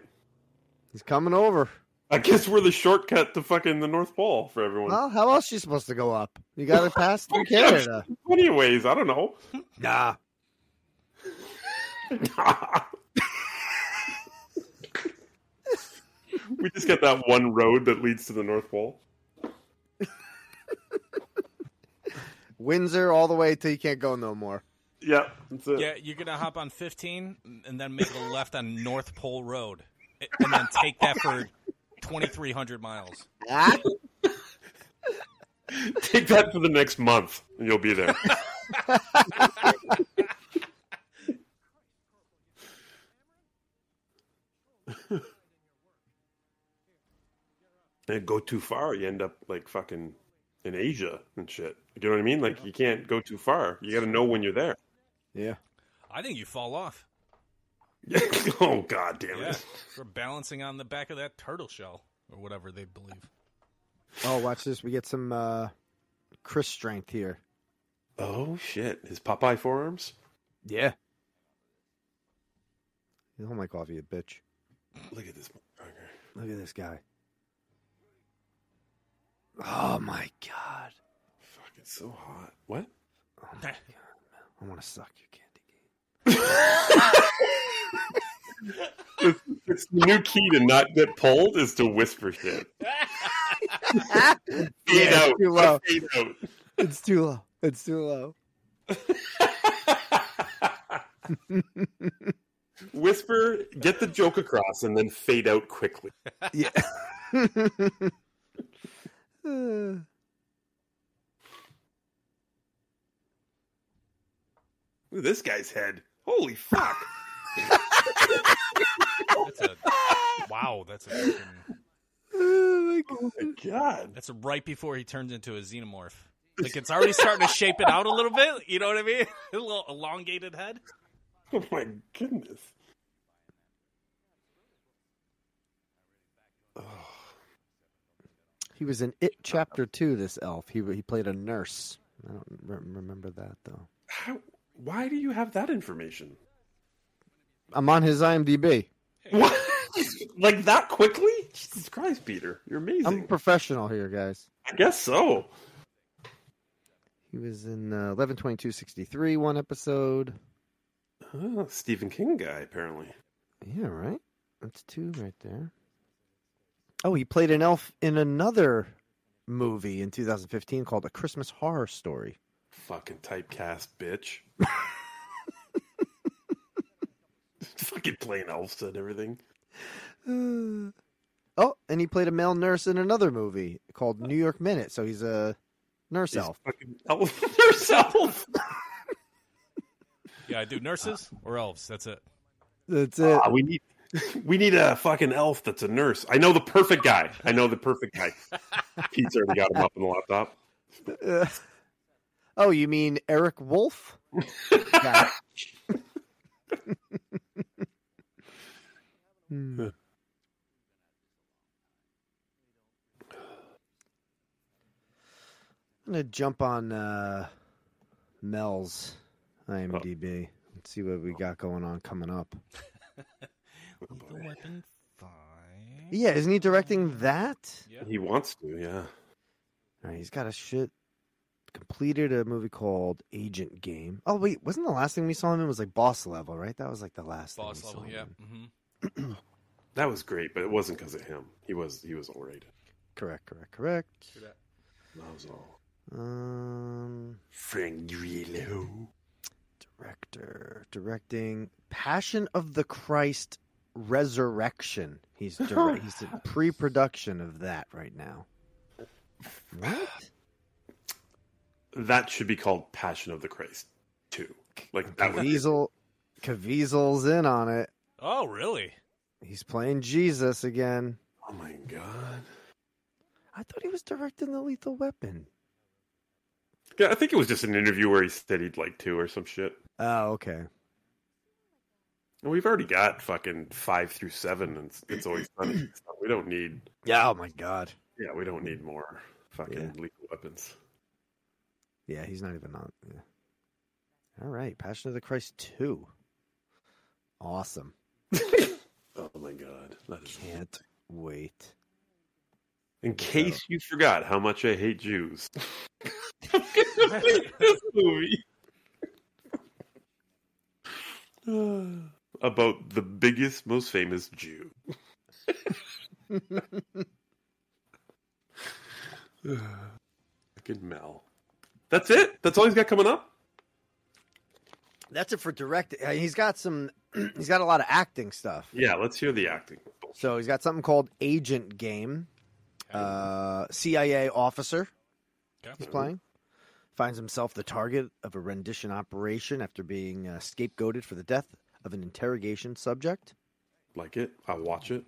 He's coming over. I guess we're the shortcut to fucking the North Pole for everyone. Well, how else you supposed to go up? You got to pass through Canada. Plenty of ways. I don't know. Nah. we just got that one road that leads to the North Pole. Windsor all the way till you can't go no more. Yeah, that's it. Yeah, you're gonna hop on 15 and then make a left on North Pole Road, and then take that for 2,300 miles. Ah, Take that for the next month, and you'll be there. and go too far, you end up like fucking in Asia and shit. You know what I mean? Like you can't go too far. You got to know when you're there. yeah. I think you fall off. oh god damn Yeah, it! we're balancing on the back of that turtle shell or whatever they believe. Oh, watch this. We get some uh, Chris strength here. Oh shit! His Popeye forearms. Yeah. Hold my coffee, you bitch. Look at this motherfucker. Look at this guy. Oh my god. Fuck, it's so hot. What? I want to suck your candy cane. It's the new key to not get pulled is to whisper shit. Fade Yeah, out. too low. Fade out. It's too low. It's too low. Whisper, get the joke across, and then fade out quickly. Yeah. Uh, Ooh, this guy's head. Holy fuck. That's a, wow, that's a fucking- oh my God. My God. that's right before he turns into a xenomorph. Like it's already starting to shape it out a little bit. You know what I mean? A little elongated head. Oh my goodness. He was in It Chapter Two. This elf. He he played a nurse. I don't re- remember that though. How, why do you have that information? I'm on his IMDb. What? like that quickly? Jesus Christ, Peter. You're I'm amazing. professional here, guys. I guess so. He was in uh, 11 63 one episode. Oh, Stephen King guy, apparently. Yeah, right. That's two right there. Oh, he played an elf in another movie in 2015 called A Christmas Horror Story. Fucking typecast, bitch. Fucking playing elves and everything. Uh, oh, and he played a male nurse in another movie called New York Minute. So he's a nurse He's elf. Fucking elf yourself. Yeah, I do nurses or elves. That's it. That's it. Ah, we need we need a fucking elf that's a nurse. I know the perfect guy. I know the perfect guy. Pete's already got him up on the laptop. Uh, oh, you mean Eric Wolf? Got it. Hmm. I'm gonna jump on uh, Mel's IMDb and see what we got going on coming up. Lethal Weapon Five. Yeah, isn't he directing that? Yeah. He wants to, yeah. All right, he's got a shit completed a movie called Agent Game. Oh wait, wasn't the last thing we saw him in was like Boss Level, right? That was like the last thing Boss we level. saw him Yeah. in. hmm That was great, but it wasn't because of him. He was he was all right. Correct, correct, correct. That was all. Um, Frank Grillo. director directing Passion of the Christ Resurrection. He's dir- he's in pre-production of that right now. What? That should be called Passion of the Christ too. Like that was Caviezel, Caviezel's in on it. Oh, really? He's playing Jesus again. Oh my god. I thought he was directing the Lethal Weapon. Yeah, I think it was just an interview where he said he'd like to or some shit. Oh, okay. And we've already got fucking five through seven, and it's, it's always funny. So we don't need, Yeah. Oh my God. yeah, we don't need more fucking Yeah. lethal weapons. Yeah, he's not even on. Yeah. All right, Passion of the Christ two. Awesome. Oh my god, that is. Can't wait. In case you forgot how much I hate Jews, I'm gonna make this movie Uh, about the biggest, most famous Jew. Fucking Mel. That's it. That's all he's got coming up. That's it for direct. uh, He's got some. he's got a lot of acting stuff. Yeah, let's hear the acting. So he's got something called Agent Game. Uh, CIA officer Okay. he's playing finds himself the target of a rendition operation after being uh, scapegoated for the death of an interrogation subject. Like it? I watch it.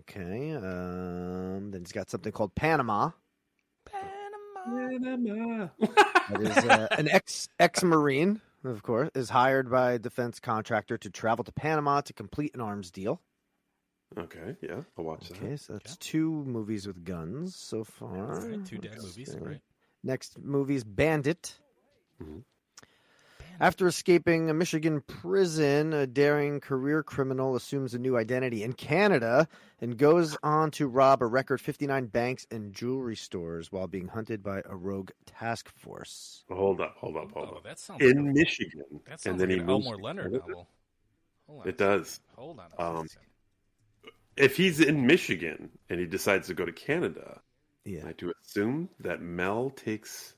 Okay. Um, then he's got something called Panama. That is uh, an ex ex marine, of course, is hired by a defense contractor to travel to Panama to complete an arms deal. Okay, yeah, I watch Okay, so that's two movies with guns so far. All right, Two dead movies. Interesting. Right. Next movie is Bandit. Mhm. After escaping a Michigan prison, a daring career criminal assumes a new identity in Canada and goes on to rob a record 59 banks and jewelry stores while being hunted by a rogue task force. that. Hold up, hold up, hold Oh, up. that sounds. like In a- Michigan, That sounds and then like he an moves Elmore to Leonard Canada. novel. Hold on. a It does. second. Hold on. a Um, second. If he's in Michigan and he decides to go to Canada, Yeah. I do assume that Mel takes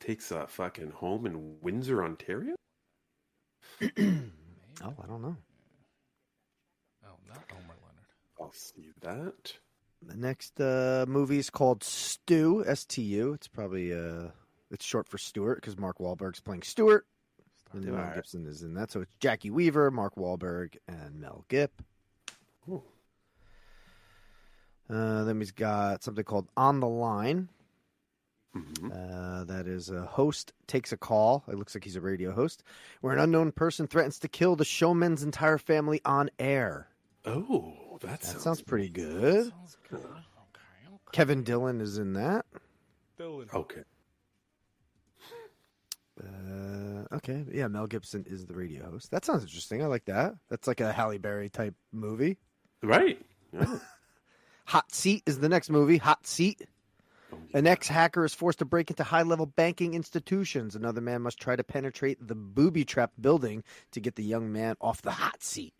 takes a fucking home in Windsor, Ontario. Oh, I don't know. Oh, not Homer Leonard. I'll see that. The next uh, movie is called Stu, S T U. It's probably uh, it's short for Stuart because Mark Wahlberg's playing Stuart, and All Mel right. Gibson is in that. So it's Jackie Weaver, Mark Wahlberg, and Mel Gipp. Ooh. Uh, then we've got something called On the Line. Mhm. Uh, that is a host takes a call. It looks like he's a radio host, where an unknown person threatens to kill the showman's entire family on air. Oh, that, That sounds, pretty good. Sounds good. Okay. okay. Kevin Dillon is in that. okay. Uh, okay, yeah, Mel Gibson is the radio host. That sounds interesting. I like that. That's like a Halle Berry type movie. Right. Yeah. Hot Seat is the next movie. Hot Seat. Oh, yeah. An ex hacker is forced to break into high level banking institutions. Another man must try to penetrate the booby trapped building to get the young man off the hot seat.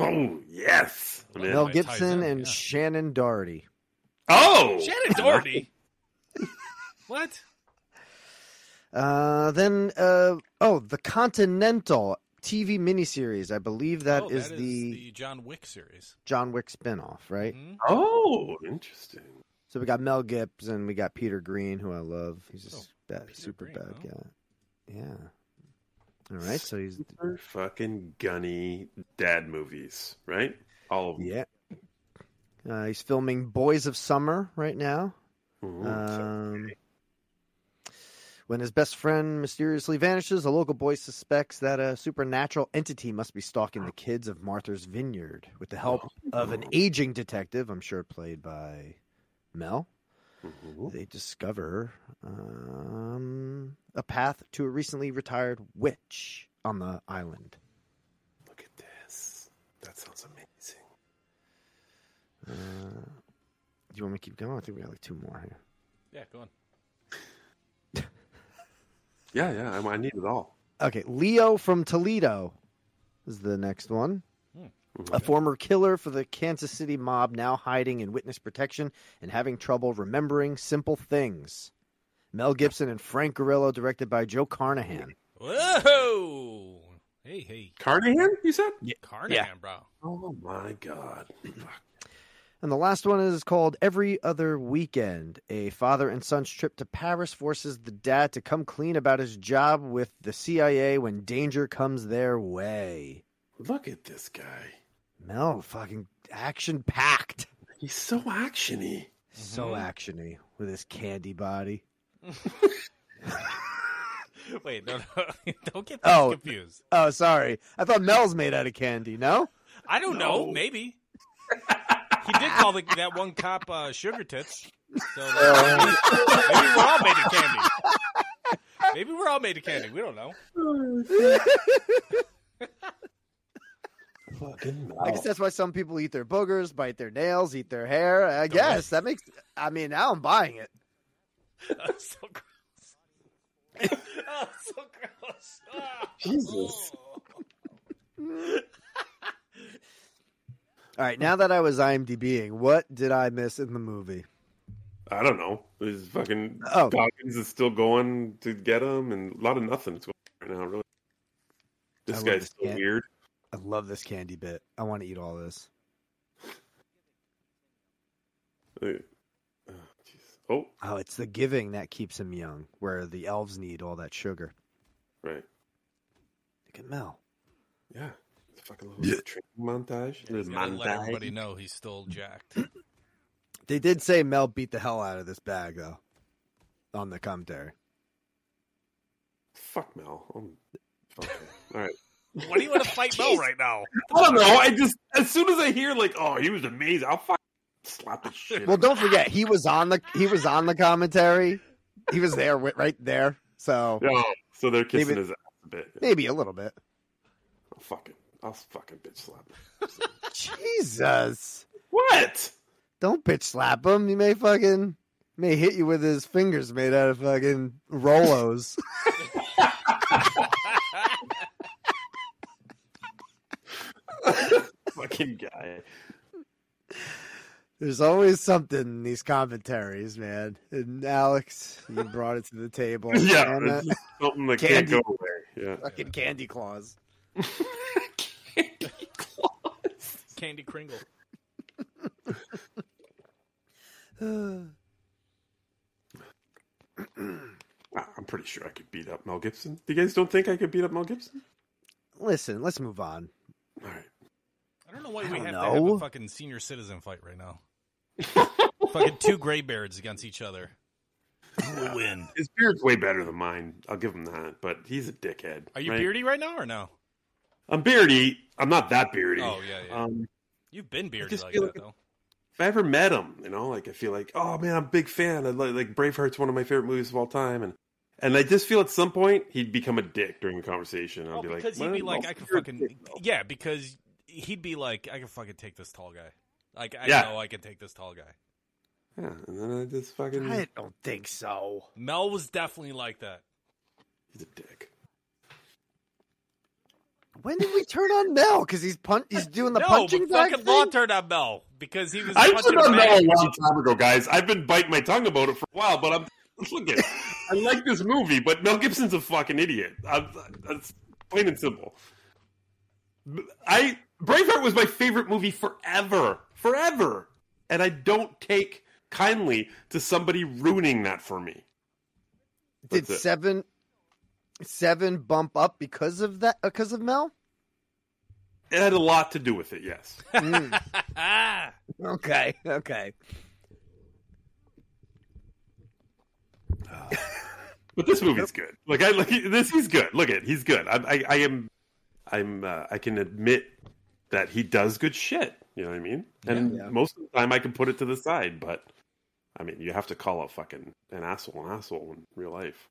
Oh yes. Man. Mel it ties Gibson in, and yeah. Shannon Doherty. Oh, Shannon Doherty. what? Uh, then, uh, oh, the Continental TV miniseries. I believe that oh, is that is the, John Wick series. John Wick spinoff, right? Hmm? Oh, interesting. So we got Mel Gibson, we got Peter Green, who I love. He's Oh, just bad, Peter super Green, bad wow. guy. Yeah. All right, so he's Super fucking gunny dad movies, right? All of them. yeah. Uh, he's filming Boys of Summer right now. Mhm. Um, when his best friend mysteriously vanishes, a local boy suspects that a supernatural entity must be stalking the kids of Martha's Vineyard. With the Oh. help of an aging detective, I'm sure played by Mel, Mhm. they discover um, a path to a recently retired witch on the island. Look at this. That sounds amazing. Uh, do you want me to keep going? I think we got like two more here. Yeah, go on. Yeah, yeah. I, I need it all. Okay, Leo from Toledo is the next one. A former killer for the Kansas City mob, now hiding in witness protection and having trouble remembering simple things. Mel Gibson and Frank Grillo, directed by Joe Carnahan. Whoa! Hey, hey. Carnahan, you said? Yeah. Carnahan, bro. Oh my god. Fuck. And the last one is called Every Other Weekend. A father and son's trip to Paris forces the dad to come clean about his job with the CIA when danger comes their way. Look at this guy. Mel, fucking action packed. He's so actiony. So actiony with his candy body. Wait, no, no. don't get things Oh. confused. Oh, sorry. I thought Mel's made out of candy. No, I don't know. No. Maybe he did call the, that one cop uh, sugar tits. So like, maybe, maybe we're all made of candy. Maybe we're all made of candy. We don't know. Fucking I guess that's why some people eat their boogers, bite their nails, eat their hair. I guess that makes. I mean, now I'm buying it. Oh, so gross. oh, so gross. Ah. Jesus. All right, now that I was IMDbing, what did I miss in the movie? I don't know. His fucking Oh. Dawkins is still going to get him, and a lot of nothing's going on right now. Really, I this love guy's this so cat. weird. I love this candy bit. I want to eat all this. Uh, Oh, jeez. oh, Oh, it's the giving that keeps him young, where the elves need all that sugar. right. Look at Mel. Yeah. It's fucking little training montage. You Little gotta let everybody montage. know he's still jacked. They did say Mel beat the hell out of this bag, though, on the commentary. Fuck Mel. I'm fuck him. All right. What do you want to fight Mel right now? I don't know. I just as soon as I hear like, oh, he was amazing. I'll fucking slap the shit. Well, out of don't forget he was on the he was on the commentary. He was there wi- right there. So him. Yeah. So they're kissing Maybe- his ass a bit. Yeah. maybe a little bit. I'll fucking, I'll fucking bitch slap him. Jesus. What? Don't bitch slap him. He may fucking may hit you with his fingers made out of fucking Rolos. fucking guy. There's always something in these commentaries, man. And Alex, you brought it to the table. yeah, Anna, it's just something that Candy. can't go away. Yeah. fucking Candy Claws. Candy Kringle. Ah, I'm pretty sure I could beat up Mel Gibson. You guys don't think I could beat up Mel Gibson? Listen, let's move on. All right. I don't know why we don't have to have know. a fucking senior citizen fight right now. fucking two gray beards against each other. Who will win? His beard's way better than mine. I'll give him that. But he's a dickhead. Are you right? beardy right now or no? I'm beardy. I'm not that beardy. Oh yeah, yeah. Um, You've been beardy just like feel that like a- though. if I ever met him, you know, like I feel like, oh man, I'm a big fan. I like, like Braveheart's one of my favorite movies of all time, and and I just feel at some point he'd become a dick during the conversation. I'd Oh, be like, because he'd be "Well, like, I could you're a dick, fucking though." yeah, because he'd be like, I can fucking take this tall guy. Like I Yeah. know I can take this tall guy. yeah, and then I just Mm. fucking I don't think so. Mel was definitely like that. he's a dick. When did we turn on Mel? Because he's pun- he's doing the no, punching but bag. fucking law thing? turned on Mel because he was. I punching should have a known man. a long time ago, guys. I've been biting my tongue about it for a while, but I'm look at. I like this movie, but Mel Gibson's a fucking idiot. I'm, that's plain and simple. I Braveheart was my favorite movie forever, forever, and I don't take kindly to somebody ruining that for me. Did That's it. seven seven bump up because of that? Because of Mel? It had a lot to do with it. Yes, Mm, Ah, okay, okay. but this movie's good. Like I like this. He's good. Look at he's good. I, I, I am. I'm. Uh, I can admit that he does good shit. You know what I mean? And Yeah. most of the time, I can put it to the side. But I mean, you have to call a fucking an asshole an asshole in real life.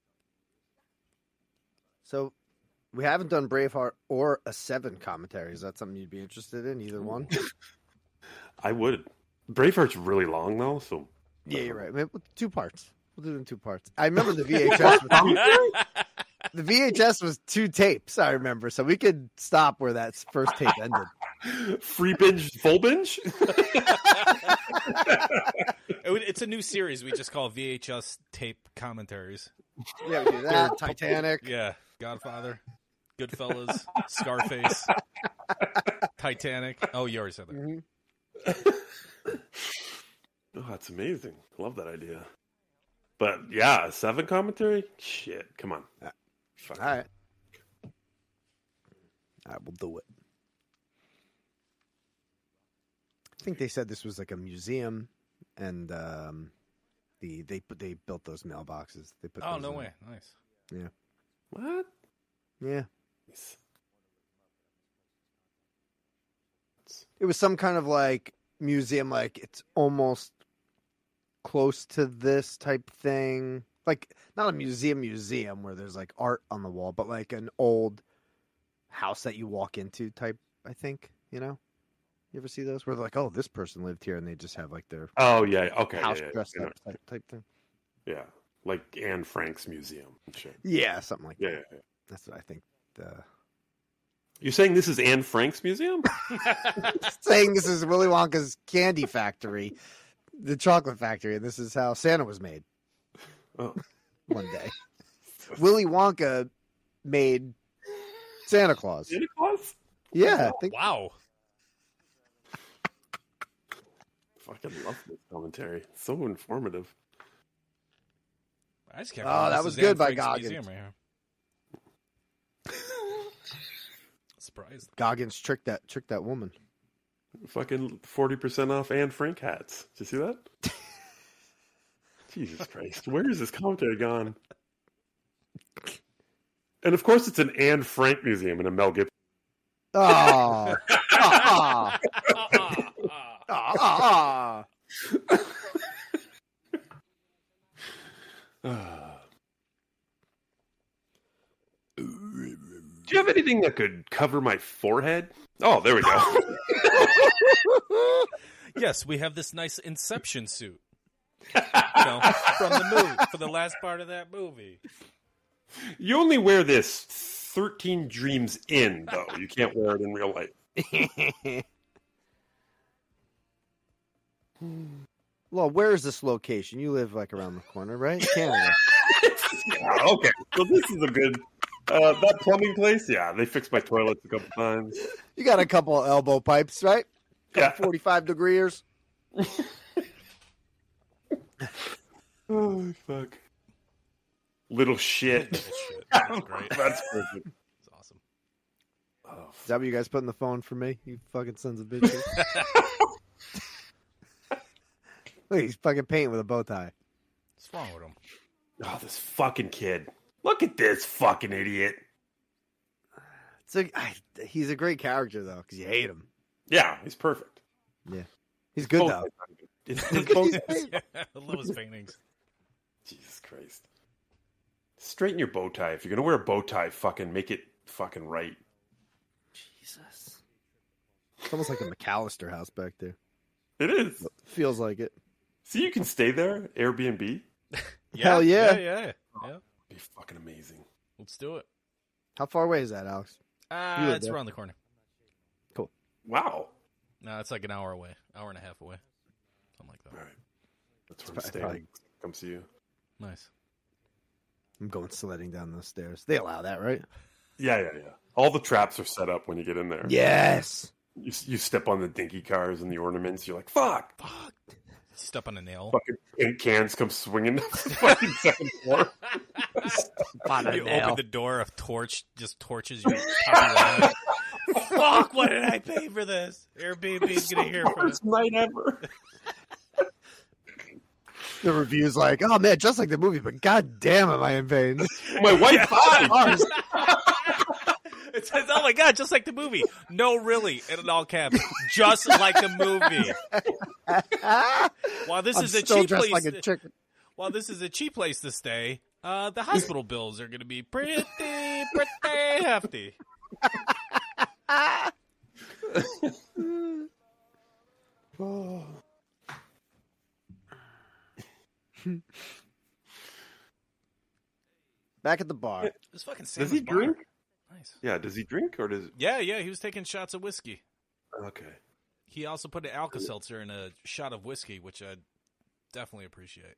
So we haven't done Braveheart or a seven commentary. Is that something you'd be interested in? Either one? I would. Braveheart's really long though, so yeah, you're right. Maybe two parts. We'll do it in two parts. I remember the VHS. was, the VHS was two tapes. I remember, so we could stop where that first tape ended. free binge, full binge. It would- it's a new series we just call VHS tape commentaries. Yeah, we do that. Titanic. Yeah, Godfather, Goodfellas, Scarface, Titanic. Oh, you already said that. Mm-hmm. Mhm. Oh, that's amazing. Love that idea. But yeah, seven commentary. Shit, come on. Fuck. All right. I will do it. I think they said this was like a museum, and um, the they they built those mailboxes. They put Oh those no in. way! Nice. What? Yeah, it was some kind of like museum, like it's almost close to this type thing. Like not a museum museum where there's like art on the wall, but like an old house that you walk into type. I think you know. You ever see those where they're like, oh, this person lived here, and they just have like their Oh yeah. Okay. house yeah, yeah, dressed yeah. up type, type thing. Yeah, like Anne Frank's museum. and Shit. Yeah, something like Yeah, that. yeah, yeah. That's what I think. The... You're saying this is Anne Frank's museum? Saying this is Willy Wonka's candy factory, the chocolate factory, and this is how Santa was made oh, one day. Willy Wonka made Santa Claus. Santa Claus? Yeah, I think Wow. Fucking love this commentary. It's so informative. I just can't Oh, believe that this was is Anne good by Frank's Goggins. Museum right here. Surprised. Goggins tricked that tricked that woman. Fucking forty percent off Anne Frank hats. Did you see that? Jesus Christ, where is this commentary gone? And of course, it's an Anne Frank museum in a Mel Gibson. Oh, ah, ah, ah. Do you have anything that could cover my forehead? Oh, there we go. yes, we have this nice Inception suit. You know, from the movie, for the last part of that movie. You only wear this 13 dreams in, though. You can't wear it in real life. Well, where is this location? You live like around the corner, right? Canada. Yeah, okay, so this is a good. Uh, that plumbing place, yeah, they fixed my toilets a couple times. You got a couple elbow pipes, right? Yeah, 45 degrees. oh fuck, little shit. Shit, that's great. That's perfect. It's awesome. Oh, Is that what you guys put in the phone for me? You fucking sons of bitches. Look, he's fucking painting with a bow tie. What's wrong with him? Oh, this fucking kid. Look at this fucking idiot. It's a, I, he's a great character though, because you hate him. Yeah, he's perfect. He's good Both- though. It's- it's both- Love his paintings. Jesus Christ. Straighten your bow tie. If you're going to wear a bow tie, fucking make it fucking right. Jesus. It's almost like the McAllister house back there. It is. Feels like it. See, you can stay there, Airbnb. Be Hell yeah. yeah, yeah, yeah. fucking amazing. Let's do it. How far away is that, Alex? Uh, live it's there. around the corner. Wow. No, it's like an hour away, hour and a half away, something like All that. right. That's where It's I'm probably- staying. Come see you. Nice. I'm going sledding down those stairs. They allow that, right? Yeah, yeah, yeah. All the traps are set up when you get in there. Yes. You, you step on the dinky cars and the ornaments. You're like, fuck. Fuck. Step on a nail. Fucking paint cans come swinging up the fucking second floor. you open the door, a torch just torches you. top of your head. Fuck! Why did I pay for this? Airbnb's gonna hear from us. Worst night ever. The review's like, oh man, just like the movie, but god damn am I in vain. My wife died. Mars. It says, "Oh my god, just like the movie." No, really, in all caps, just like the movie. Ah, While this I'm is a still cheap dressed place, like a chicken. while this is a cheap place to stay, uh, the hospital bills are gonna be pretty, pretty hefty. Back at the bar. It's fucking. Does Sam's he bar. drink? Nice. Yeah, does he drink or does. Yeah, yeah, he was taking shots of whiskey. Okay. He also put an Alka Seltzer in a shot of whiskey, which I definitely appreciate.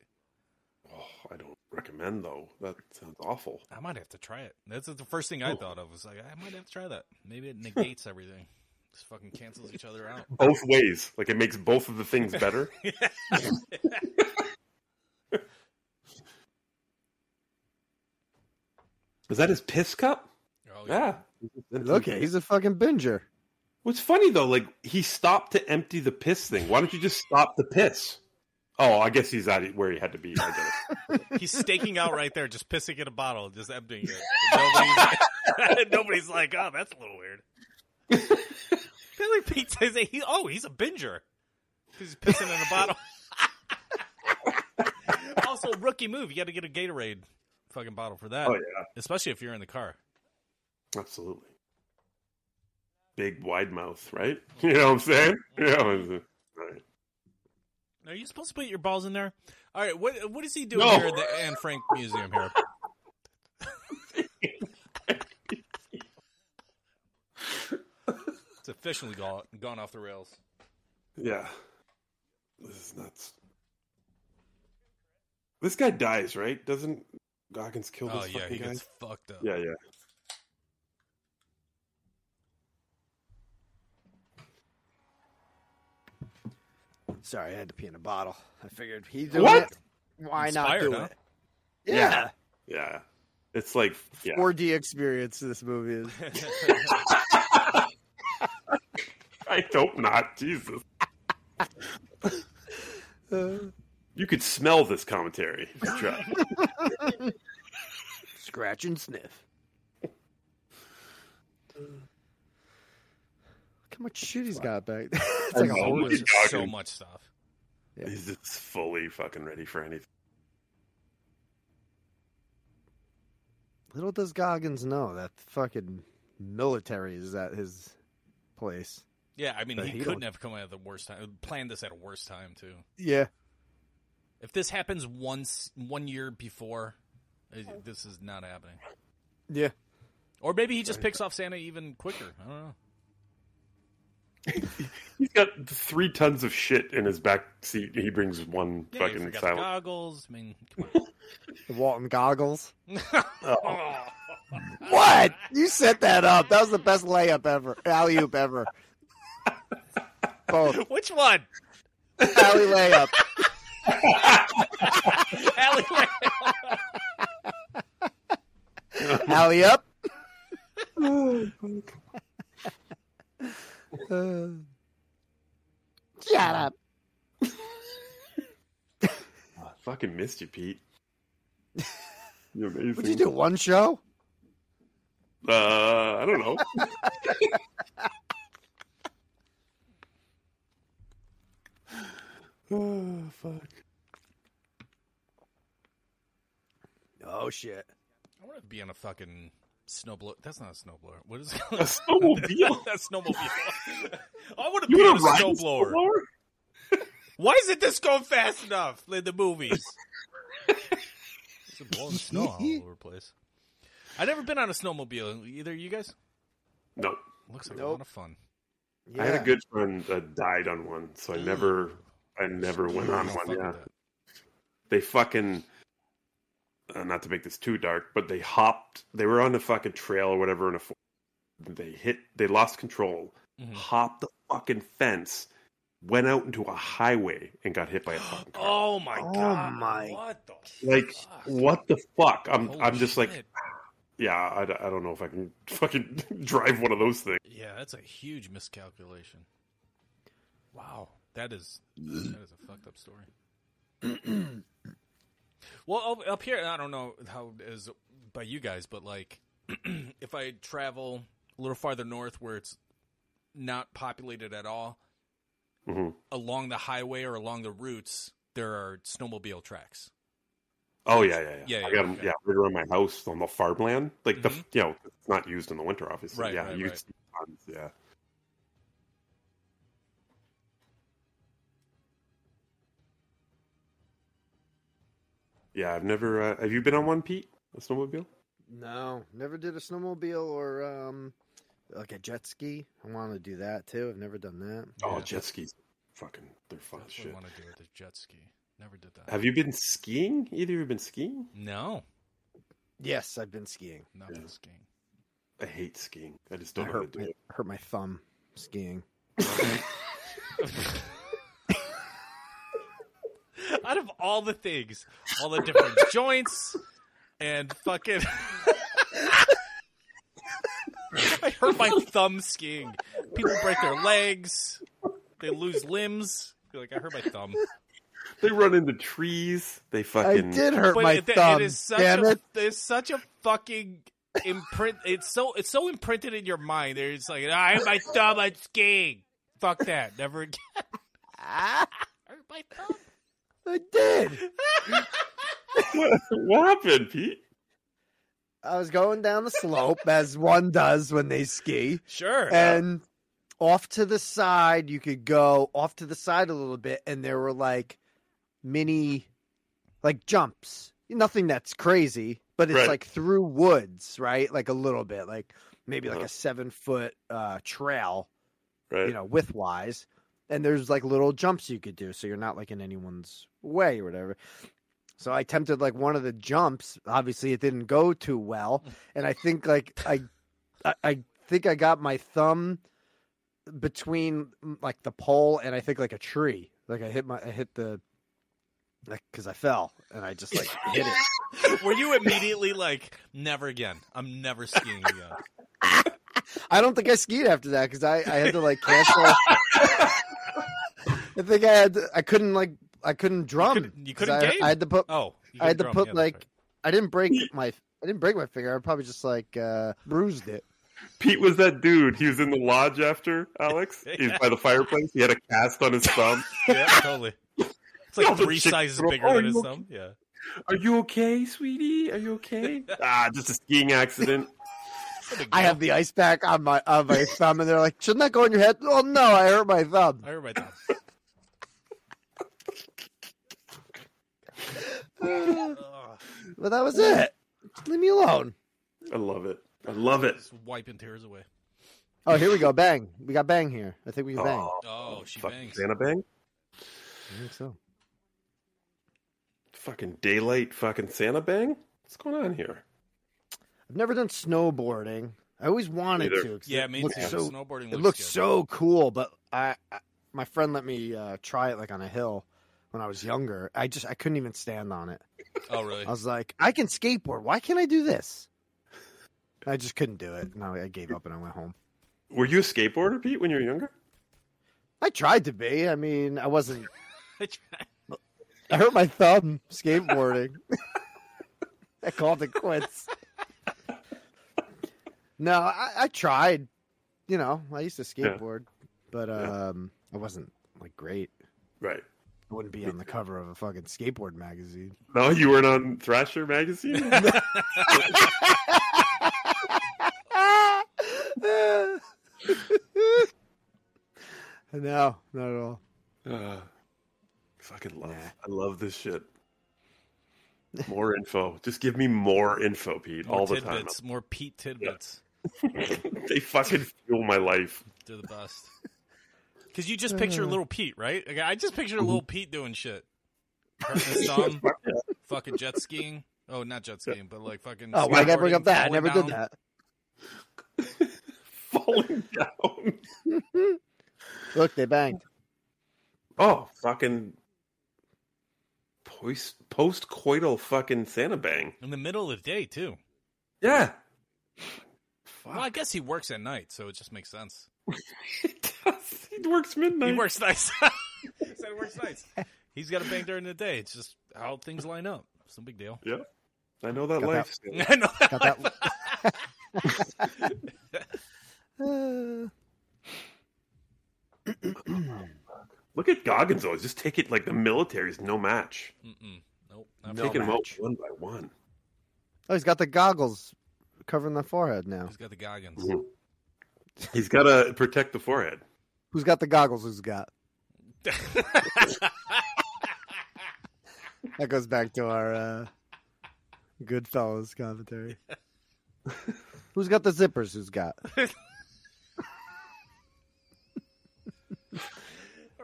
Oh, I don't recommend though. That sounds awful. I might have to try it. That's the first thing I thought of. Was like, I might have to try that. Maybe it negates everything. Just fucking cancels each other out. Both ways, like it makes both of the things better. Is that his piss cup? Oh, Yeah. Look, he's a fucking binger. What's funny though, like he stopped to empty the piss thing. Why don't you just stop the piss? Oh, I guess he's at it where he had to be. I guess. He's staking out right there, just pissing in a bottle, just emptying it. Nobody's, nobody's like, oh, that's a little weird. Billy Pete says that he, oh, he's a binger. He's pissing in a bottle. also, rookie move. You got to get a Gatorade fucking bottle for that, oh yeah, especially if you're in the car. absolutely. Big wide mouth, right? You know what I'm saying? Yeah. Right. Are you supposed to put your balls in there? All right, what what is he doing No. here at the Anne Frank Museum here? it's officially gone, gone off the rails. Yeah. This is nuts. This guy dies, right? Doesn't Goggins kill this Oh yeah, fucking he guy? gets fucked up. Yeah, yeah. Sorry, I had to pee in a bottle. I figured he doing What? it. Why Inspired, not do huh? it? Yeah. Yeah. It's like yeah. 4D experience this movie is. I hope not. Jesus. Uh, You could smell this commentary. if you tried. scratch and sniff. Look how much shit he's got back there. It's like a know. whole There's Holy just so Goggins. much stuff. He's just fully fucking ready for anything. Little does Goggins know that fucking military is at his place. Yeah, I mean, But he, he couldn't don't- have come out at the worst time. Planned this at a worse time too. Yeah. If this happens once one year before, eh, this is not happening. Yeah. Or maybe he just picks off Santa even quicker. I don't know. He's got three tons of shit in his back seat. He brings one Yeah, you fucking forgot the silent. goggles. I mean, come The Walton goggles. on. What? You set that up. That was the best layup ever. Alley oop ever. Both. Which one? Alley layup. Alley- Alley up. shut up. I fucking missed you, Pete. You're amazing. What'd you do? One show? Uh, I don't know. oh, fuck. Oh shit. I want to be on a fucking snowblower. That's not a snowblower. What is it? A snowmobile? That's snowmobile. I want to You be want on a to ride a snowblower. snowblower? Why isn't this going fast enough in the movies? it's blowing snow all over the place. I've never been on a snowmobile. Either you guys? No. Looks like a Nope. lot of fun. I had a good friend that died on one, so I never, I never went on Don't one. fuck Yeah, with they fucking, uh, not to make this too dark, but they hopped. They were on the fucking trail or whatever, and a, fo- they hit. They lost control, that. Mhm. hopped the fucking fence, went out into a highway, and got hit by a fucking car. Oh my Oh god! my What the? like, Oh, fuck? what the fuck? I'm, Holy I'm just like, shit. yeah, I, d- I don't know if I can fucking drive one of those things. Yeah, that's a huge miscalculation. Wow, that is that is a fucked up story. well, up- up here, I don't know how it is by you guys, but like, if I travel a little farther north where it's not populated at all, hmm along the highway or along the routes, there are snowmobile tracks. Oh yeah, yeah, yeah. Yeah, I yeah, got 'em, okay. yeah, right around my house on the farmland. Like Mhm. the you know, it's not used in the winter, obviously. Right, yeah, right, you right. see tons, yeah. Yeah, I've never. Uh, have you been on one, Pete? A snowmobile? No, never did a snowmobile or um like a jet ski. I want to do that too. I've never done that. Oh, Yeah. jet skis, fucking, they're fun as That's what I shit. want to do with a jet ski. Never did that. Have you been skiing? Either of you been skiing? no, Yes, I've been skiing. not Yeah. skiing. I hate skiing. I just I don't know how to hurt, do my, it. hurt my thumb skiing. Out of all the things, all the different joints and fucking. I hurt my thumb skiing. People break their legs, they lose limbs. You're like, I hurt my thumb. They run into trees. They fucking. I did hurt But my it, thumb. it is such damn a it! it is such a fucking imprint. It's so it's so imprinted in your mind. It's like I hurt my thumb on skiing. Fuck that. Never again. I hurt my thumb. I did. What, what happened, Pete? I was going down the slope as one does when they ski, Sure. and off to the side you could go off to the side a little bit, and there were like mini, like jumps. Nothing that's crazy, but it's Right. like through woods, right? Like a little bit, like maybe like Uh-huh. a seven foot uh, trail. Right. you know, width wise. And there's like little jumps you could do, so you're not like in anyone's way or whatever. So I attempted like one of the jumps. Obviously, it didn't go too well, and I think like I, I, I think I got my thumb between mm, like the pole and I think like a tree. Like I hit my, I hit the, like because I fell and I just like hit it. Were you immediately like, never again? I'm never skiing again. I don't think I skied after that because I, I had to like cancel. I think I had to, I couldn't like I couldn't drum. couldn't- you 'cause couldn't I, game? I had to put Oh, you I had to can drum, put yeah, that's like right. I didn't break my I didn't break my finger. I probably just like uh, bruised it. Pete was that dude. He was in the lodge after Alex. Yeah. He was by the fireplace. He had a cast on his thumb. yeah, totally. It's Yeah, like the three chick- sizes Oh, bigger are than his you thumb. Yeah. Are you okay, sweetie? Are you okay? ah, just a skiing accident. I have the ice pack on my on my thumb, and they're like, "Shouldn't that go in your head?" Oh no, I hurt my thumb. I hurt my thumb. Ugh, But that was it. Just leave me alone. I love it. I love it. just wiping tears away. Oh, here we go. Bang. We got bang here. I think we can bang. Oh, Oh, she fuck, bangs. Santa bang. I think so. Fucking daylight. Fucking Santa bang. What's going on here? I've never done snowboarding. I always wanted Neither. to. 'cause Yeah, it me looks too. so- Snowboarding it looks good. so cool, but I, I my friend let me uh, try it like on a hill when I was younger. I just I couldn't even stand on it. Oh, really? I was like, I can skateboard. Why can't I do this? I just couldn't do it. No, I gave up and I went home. Were you a skateboarder, Pete, when you were younger? I tried to be. I mean, I wasn't. I tried. I hurt my thumb skateboarding. I called it quits. No, I, I tried. You know, I used to Yeah. skateboard, but Yeah. um, I wasn't like great. Right. I wouldn't be on the cover of a fucking skateboard magazine. No, you weren't on Thrasher magazine. no, not at all. Uh, fucking love. Nah. I love this shit. More info. Just give me more info, Pete, More all the time. tidbits, more Pete tidbits they fucking fuel my life. to the best. Uh. Because you just picture little Pete, right? Like, I just picture little Pete doing shit. Hurting his thumb, fucking jet skiing. Oh, not jet skiing, but like fucking. Oh, why did I bring up skateboarding, that? I falling never down. did that. Falling down. Look, they banged. Oh, fucking post post coital fucking Santa bang. In the middle of the day, too. Yeah. Well, I Fuck. guess he works at night, so it just makes sense. he works midnight. He works nights. he said he works nights. He's got a bang during the day. It's just how things line up. It's no big deal. Yeah. I know that Got life. Stan. I know. Got that. Uh, Look at Goggins though. Just take it like the military's no match. Mm-mm. Nope. Not No for Taking me. them out match. one by one. oh, he's got the goggles covering the forehead now. He's got the goggins. Mhm. He's got to protect the forehead. Who's got the goggles? Who's got? That goes back to our uh, Goodfellas commentary. Who's got the zippers? Who's got?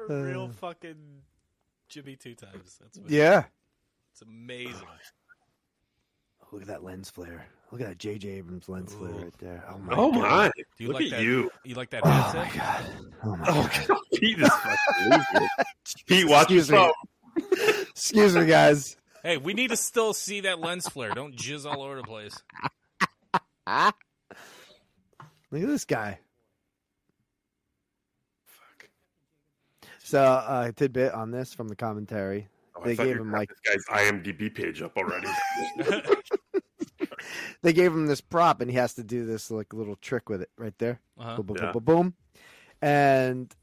A real Uh. fucking Jimmy two times. That's what Yeah. It's amazing. Look at that lens flare. Look at that J.J. Abrams lens flare Ooh. right there. Oh my. Oh God. my! Do you Look like at that? you. You like that Oh headset? my god. Oh my. Oh god, Pete is fucking losing it. Pete, watch Excuse his me. phone. Excuse me, guys. Hey, we need to still see that lens flare. Don't jizz all over the place. Look at this guy. So, uh, tidbit on this from the commentary. Oh, I They thought gave you him, had like- this guy's IMDb page up already. They gave him this prop, and he has to do this like little trick with it right there. Uh-huh. boom, boom, Yeah. boom, boom, boom. And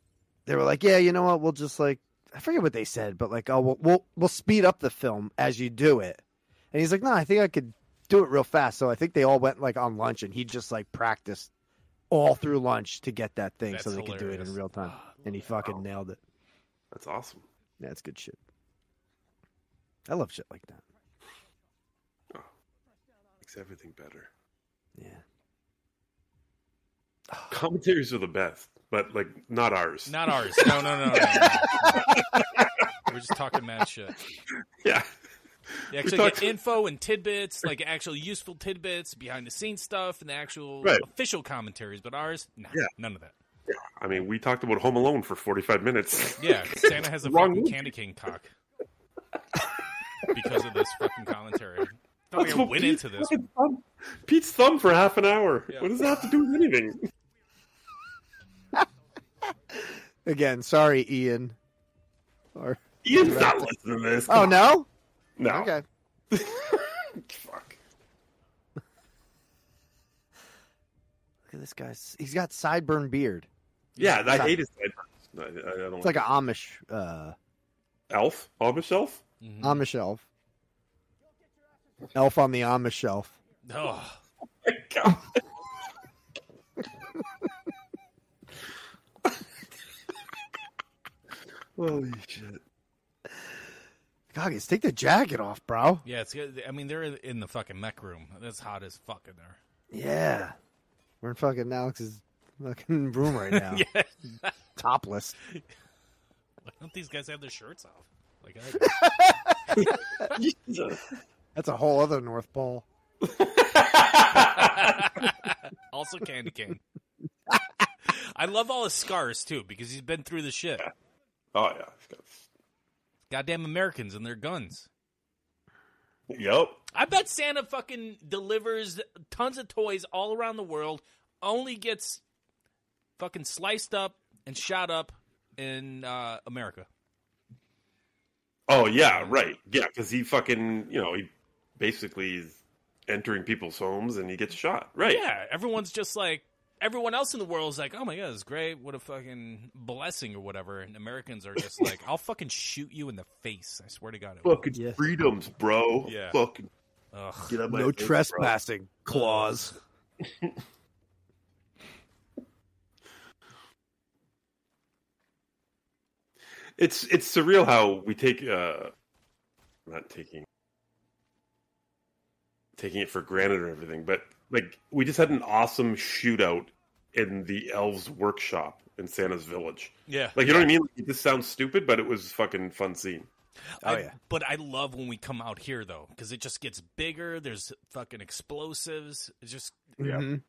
they were like, "Yeah, you know what? We'll just like I forget what they said, but like, oh, we'll we'll, we'll speed up the film as you do it." And he's like, "No, I think I could do it real fast." So I think they all went like on lunch, and he just like practiced all through lunch to get that thing, so That's they could do it in hilarious. real time. And he fucking nailed it. That's awesome. That's good shit. I love shit like that. Makes everything better. Yeah. Commentaries are the best, but like not ours. Not ours. No, no, no. no, no, no. We're just talking mad shit. Yeah. They actually talked- get info and tidbits, like actual useful tidbits, behind the scenes stuff, and the actual Right. official commentaries. But ours, nah, Yeah. none of that. I mean, we talked about Home Alone for 45 minutes. Yeah, Santa has a Wrong fucking movie. candy cane cock because of this fucking commentary. Thought we That's what went Pete's into this. fucking thumb- Pete's thumb for half an hour. Yeah. What does that have to do with anything? Again, sorry, Ian. Or Ian's not listening to this. oh Come no. on. No. Okay. Fuck. Look at this guy. He's got sideburn beard. Yeah, I Stop. hate his sideburns. No, I, I don't It's like an Amish uh elf, Amish elf. Mhm. Amish elf. Elf on the Amish shelf. Oh, God. Holy shit! Goggins, take the jacket off, bro. yeah. It's. I mean, they're in the fucking mech room. That's hot as fuck in there. Yeah. We're in fucking Alex's fucking room right now, yeah. topless. Why don't these guys have their shirts off? Like, I, That's a whole other North Pole. also Candy Cane. I love all his scars too because he's been through the shit. oh yeah. Goddamn Americans and their guns. Yep. I bet Santa fucking delivers tons of toys all around the world. Only gets fucking sliced up and shot up in uh, America. Oh yeah, right. Yeah, because he fucking you know he basically is entering people's homes and he gets shot. Right. Yeah, everyone's just like everyone else in the world is like, oh my god, it's great. What a fucking blessing or whatever. And Americans are just like, I'll fucking shoot you in the face. I swear to God. I will. Fucking Yeah. freedoms, bro. Yeah. Fucking Ugh. get out my no face, bro. trespassing clause. It's it's surreal how we take uh not taking taking it for granted or everything, but like we just had an awesome shootout in the elves workshop in Santa's village. Yeah. Like you know what I mean? Like, this sounds stupid, but it was fucking fun scene. Oh I- yeah, But I love when we come out here though, because it just gets bigger. There's fucking explosives. It's just Yeah. Mhm.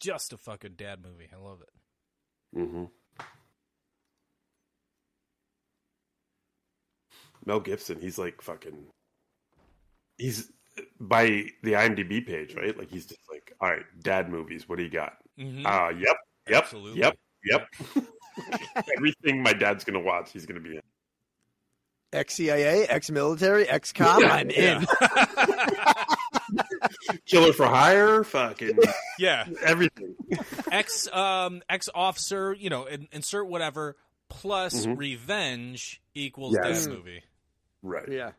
just a fucking dad movie. I love it. Mm-hmm. Mel Gibson, he's like fucking. He's by the IMDb page, right? Like he's just like, all right, dad movies. What do you got? Mhm. Ah, yep, yep, Absolutely. yep, yep. Everything my dad's gonna watch, he's gonna be in. ex CIA, ex military, ex cop. I'm in. Killer for hire, fucking yeah. everything. Ex um ex officer, you know, in, insert whatever. Plus revenge equals Yes. dad movie. Right. Yeah,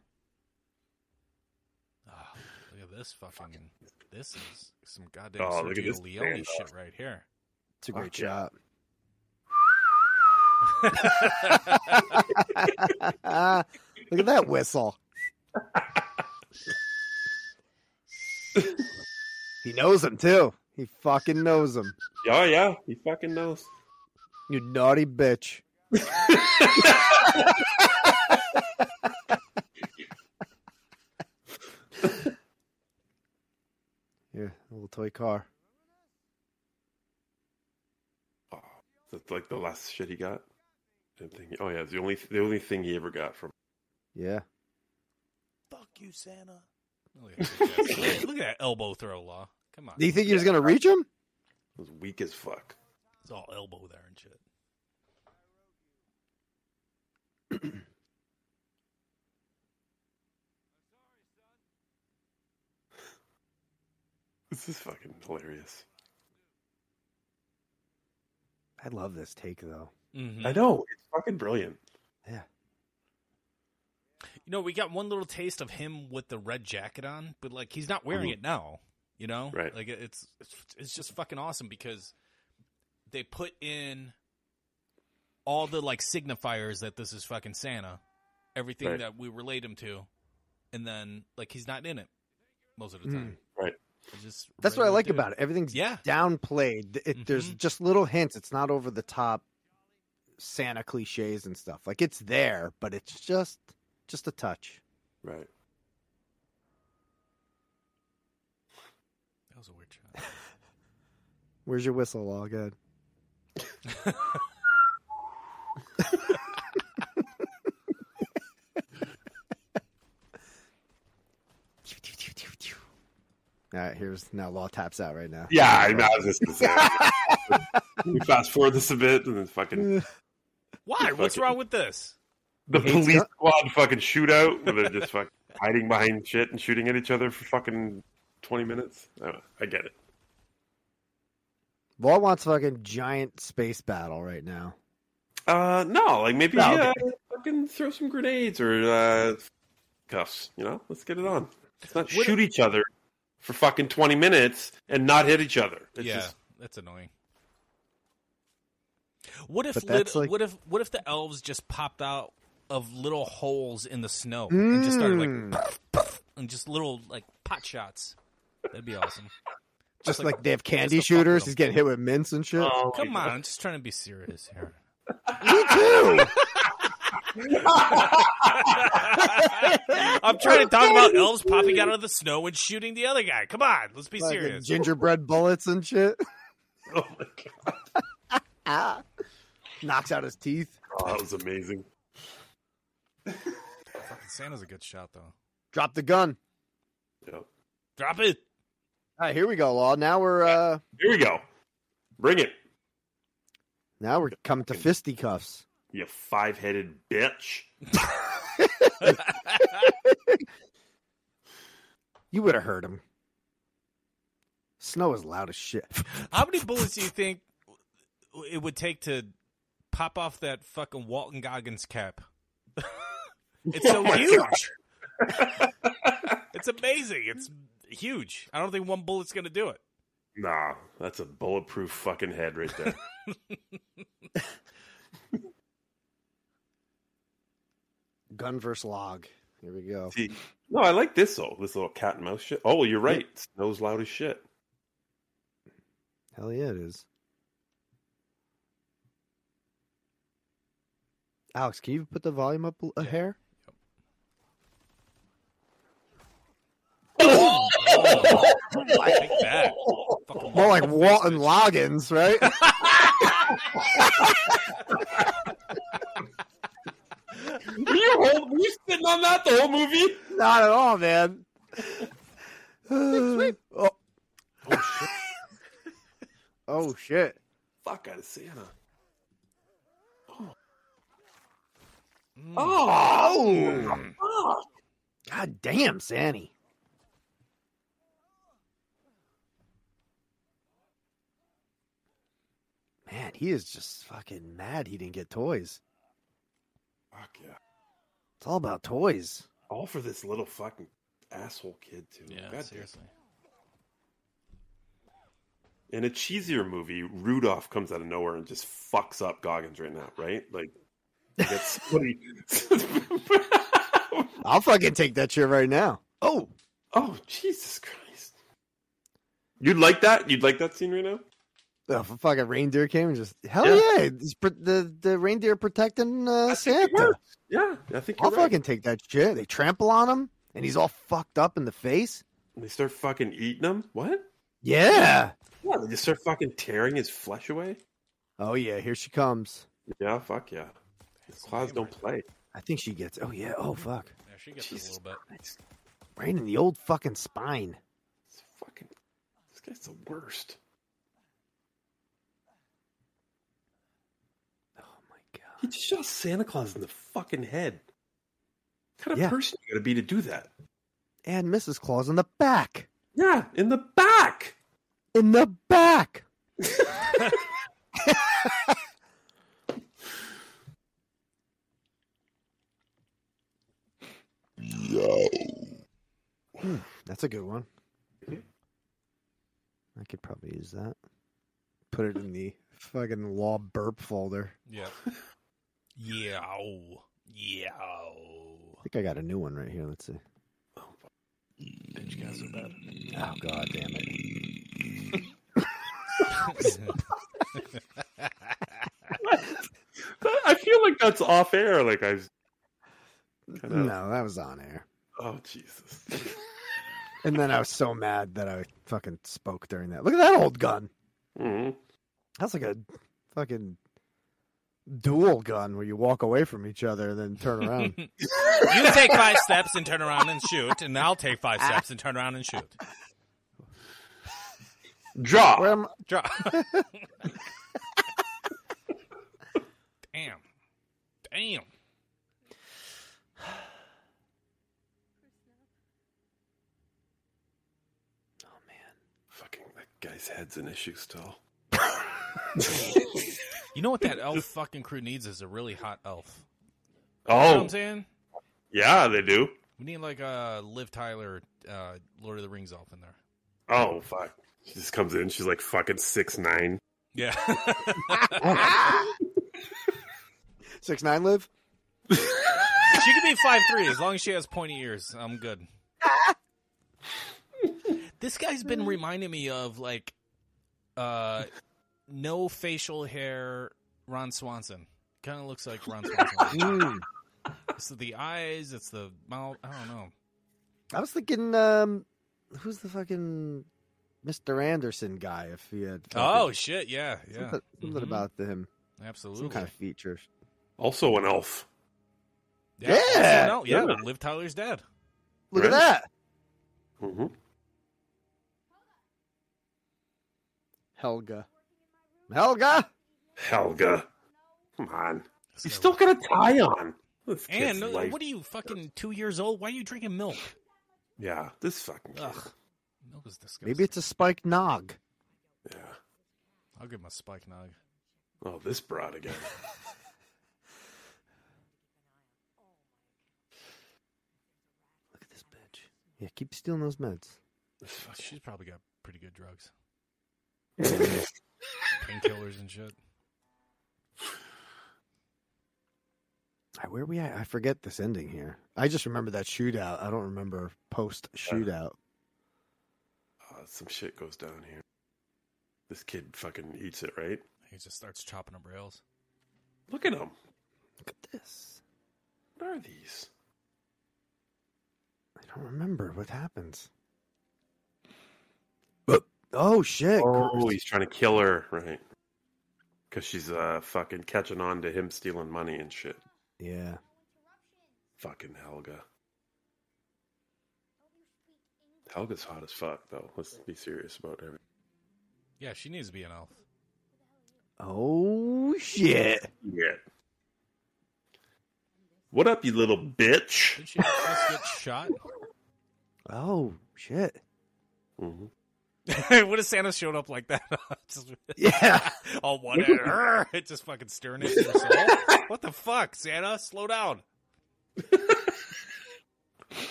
Ah, look at this fucking. This is some goddamn Oh, look at Sergio this Leone standoff. shit right here. it's a great Fuck yeah. shot. Look at that whistle. he knows him too. He fucking knows him. Oh yeah, he fucking knows. You naughty bitch. Here, a little toy car. Oh, that's like the last shit he got. Didn't think- Oh yeah, it's the only the only thing he ever got from. Yeah. Fuck you, Santa. Look at, that, look at that elbow throw, Law. Come on. Do you think he was gonna reach him? It was weak as fuck. It's all elbow there and shit. This is fucking hilarious. I love this take though. Mhm. I know it's fucking brilliant. You know, we got one little taste of him with the red jacket on, but like he's not wearing it now. You know, Right. Like it- it's it's- it's just fucking awesome because they put in all the like signifiers that this is fucking Santa, everything Right. that we relate him to, and then like he's not in it most of the Mm. time. Right. It's just That's what I regular like dude. about it. Everything's Yeah. downplayed. It, There's just little hints. It's not over the top Santa cliches and stuff. Like it's there, but it's just just a touch. Right. That was a weird shot. Where's your whistle, Law? Good. All right, here's now Law taps out right now. Yeah, I, mean, I was just gonna say. we fast forward this a bit, and then fucking Why? What's Fucking- wrong with this? the Hates police gun- squad fucking shootout where they're just fucking hiding behind shit and shooting at each other for fucking twenty minutes. I, don't know. I get it. Law wants fucking giant space battle right now. Uh, no, like maybe No, yeah, fucking throw some grenades or uh, cuffs. You know, let's get it on. Let's not Would- shoot each other for fucking twenty minutes and not hit each other. It's yeah, just that's annoying. What if But lit, that's like- what if what if the elves just popped out of little holes in the snow and just started like Mm. and just little like pot shots? That'd be awesome. Just like like, they have candy pissed the fuck out shooters. of He's getting hit with mints and shit. Oh, Come my on, God. I'm just trying to be serious here. Me too. I'm trying to talk about elves popping out of the snow and shooting the other guy. Come on, let's be Fucking serious. gingerbread bullets and shit. Oh my god, Ah. Knocks out his teeth. oh, that was amazing. Fucking Santa's a good shot though. Drop the gun. Yep. Drop it. All right, here we go, Law. Now we're uh Here we go. Bring it, now we're coming to fisticuffs. you five-headed bitch. You would have heard him. Snow is loud as shit. How many bullets do you think it would take to pop off that fucking Walton Goggins cap? it's so huge. it's amazing. It's huge. I don't think one bullet's gonna do it. Nah, that's a bulletproof fucking head right there. Gun versus log. Here we go. See, no, I like this though. This little cat and mouse shit. Oh, you're right. Snow's loud as shit. Hell yeah, it is. Alex, can you put the volume up a hair? Like that. Fucking More like Walton Walton Loggins, right? Were you, hold, were you sitting on that the whole movie? Not at all, man. oh. oh shit. Fuck out of Santa. Mm. Oh, God damn, Sanny. Man, he is just fucking mad he didn't get toys. fuck yeah! It's all about toys. All for this little fucking asshole kid too. God Yeah, damn. seriously. In a cheesier movie, Rudolph comes out of nowhere and just fucks up Goggins right now, right? Like, that's somebody... I'll fucking take that shit right now. Oh, oh Jesus Christ! You'd like that? You'd like that scene right now? the f- fucking reindeer came and just hell Yeah. yeah, it's pr- the the reindeer protecting uh, Santa. Yeah, I think I'll you're right. fucking take that shit. They trample on him and he's all fucked up in the face. And they start fucking eating him. What? Yeah. Yeah, they just start fucking tearing his flesh away. Oh yeah, here she comes. Yeah, fuck yeah. His claws don't play. I think she gets. Oh yeah. Oh fuck. Yeah, she gets it a Jesus little bit. Christ. Right in the old fucking spine. It's fucking. This guy's the worst. Oh my god. He just shot Santa Claus in the fucking head. What kind of Yeah. person you gotta be to do that? And Mrs. Claus in the back. Yeah, in the back. In the back. That's a good one. I could probably use that. Put it in the fucking law burp folder. Yeah. yeah. oh. Yeah. oh. I think I got a new one right here. Let's see. Oh, fuck. Bitch guys are bad. Oh god damn it. That- I feel like that's off air. Like I. was- Kinda- No, that was on air. Oh Jesus. And then I was so mad that I fucking spoke during that. Look at that old gun. Mhm. That's like a fucking dual gun where you walk away from each other and then turn around. you take five steps and turn around and shoot, and I'll take five steps and turn around and shoot. Draw. Where am I? Draw. Damn. Damn. Fucking that guy's head's an issue still. You know what that elf fucking crew needs is a really hot elf. You know what Oh I'm saying? yeah, they do. We need like a Liv Tyler, uh, Lord of the Rings elf in there. Oh fuck. She just comes in. She's like fucking six nine. Yeah. Six nine live? She could be five three as long as she has pointy ears. I'm good. This guy's been reminding me of like, uh, no facial hair. Ron Swanson kind of looks like Ron Swanson. Mm. it's the eyes. It's the mouth. I don't know. I was thinking, um, who's the fucking Mr. Anderson guy? If he had Oh fucking- shit! Yeah, yeah. something, something Mhm. about him, Absolutely. some kind of feature. Also an elf. Yeah. also, Yeah. no, yeah. Yeah. Liv Tyler's dad. Look at Really? that, hmm Helga. Helga. Helga. Come on. This He's guy- still got a tie on. This And kid's uh, life. what are you fucking two years old? Why are you drinking milk? Yeah, this fucking kid. Ugh. Milk is disgusting. Maybe it's a spiked nog. Yeah. I'll give him a spike nog. Oh, this broad again. Look at this bitch. Yeah, keep stealing those meds. This fucking... She's probably got pretty good drugs, painkillers and shit. All right, where are we at? I forget this ending here. I just remember that shootout. I don't remember post shootout. Uh, some shit goes down here. This kid fucking eats it, right? He just starts chopping up rails. Look at him. Look at this. What are these? I don't remember what happens. Oh shit! Oh, he's trying to kill her, right? Because she's uh fucking catching on to him stealing money and shit. Yeah. Fucking Helga. Helga's hot as fuck, though. Let's be serious about everything. Yeah, she needs to be an elf. Oh shit! Yeah. What up, you little bitch? Did she just get shot? Oh shit! hmm what if Santa showed up like that? just, Yeah. all one at it just fucking staring at your soul. What the fuck, Santa? Slow down.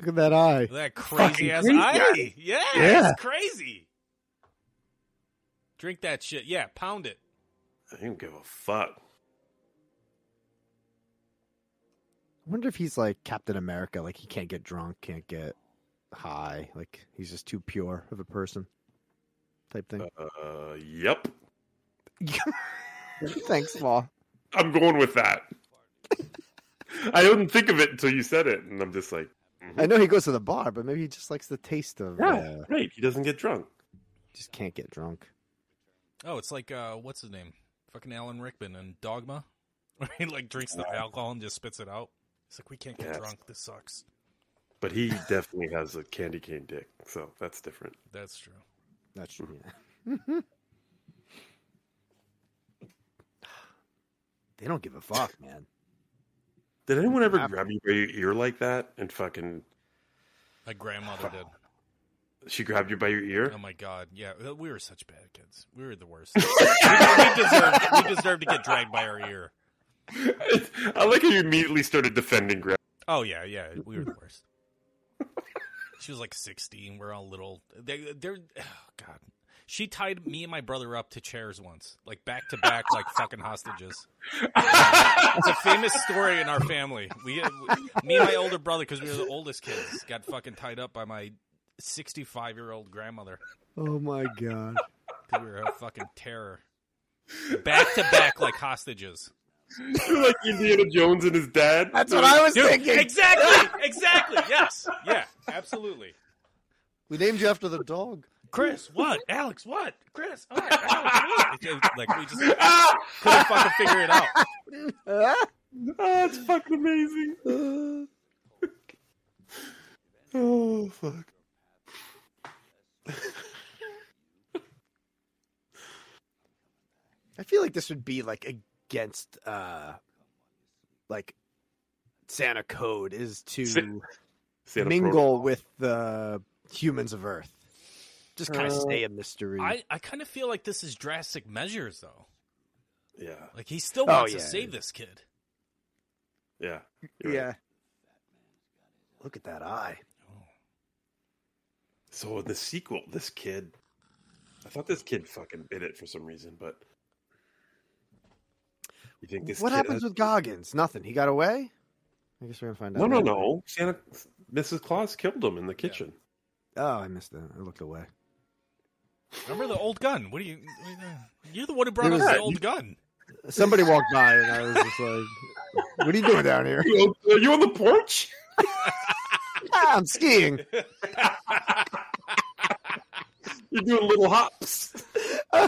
Look at that eye. That crazy ass crazy eye. Yeah, Yeah. it's crazy. Drink that shit. Yeah, pound it. I don't give a fuck. I wonder if he's like Captain America. Like he can't get drunk, can't get high. Like he's just too pure of a person. Type thing. Uh, yep. Thanks, Law. I'm going with that. I didn't think of it until you said it, and I'm just like, I know he goes to the bar, but maybe he just likes the taste of. yeah, Uh, right. He doesn't get drunk. just can't get drunk. Oh, it's like uh, what's his name? Fucking Alan Rickman and Dogma. Where he like drinks the alcohol and just spits it out. It's like we can't get Yes. drunk. This sucks. But he definitely has a candy cane dick, so that's different. That's true. That's true. Yeah. they don't give a fuck, man. Did anyone ever Yep. grab you by your ear like that and fucking? My grandmother did. She grabbed you by your ear. Oh my god, yeah, we were such bad kids. We were the worst. we, we deserved, we deserved to get dragged by our ear. I like how you immediately started defending grab. Oh yeah, yeah, we were the worst. She was like sixteen. We're all little. They, they're oh, god. She tied me and my brother up to chairs once, like back to back, like fucking hostages. It's a famous story in our family. We, me and my older brother, because we were the oldest kids, got fucking tied up by my sixty-five-year-old grandmother. Oh my god. Because we were a fucking terror. Back to back like hostages. You're like Indiana Jones and his dad. That's what I was Dude, thinking. exactly! Exactly! Yes! Yeah, absolutely. We named you after the dog. Chris, what? Alex, what? Chris, all right, Alex, what? Like, we just couldn't fucking figure it out. Ah. Oh, it's fucking amazing. oh fuck. I feel like this would be like against uh like Santa code is to Santa mingle with the humans of Earth. Just kind of Uh, stay a mystery. I, I kind of feel like this is drastic measures, though. Proto- Yeah, Like, he still Oh, wants yeah. to save this kid. yeah, you're right. yeah. Look at that eye. So in the sequel, this kid, I thought this kid fucking bit it for some reason, but you think this? What kid happens has- with Goggins? Nothing. He got away? I guess we're gonna find out. No, no, later. no. Santa, Mrs. Claus killed him in the kitchen. Oh, I missed that. I looked away. Remember the old gun? What do you? what do you- You're the one who brought It us was- the old gun. Somebody walked by, and I was just like, "What are you doing down here? You- Are you on the porch? Ah, I'm skiing." You're doing little hops. I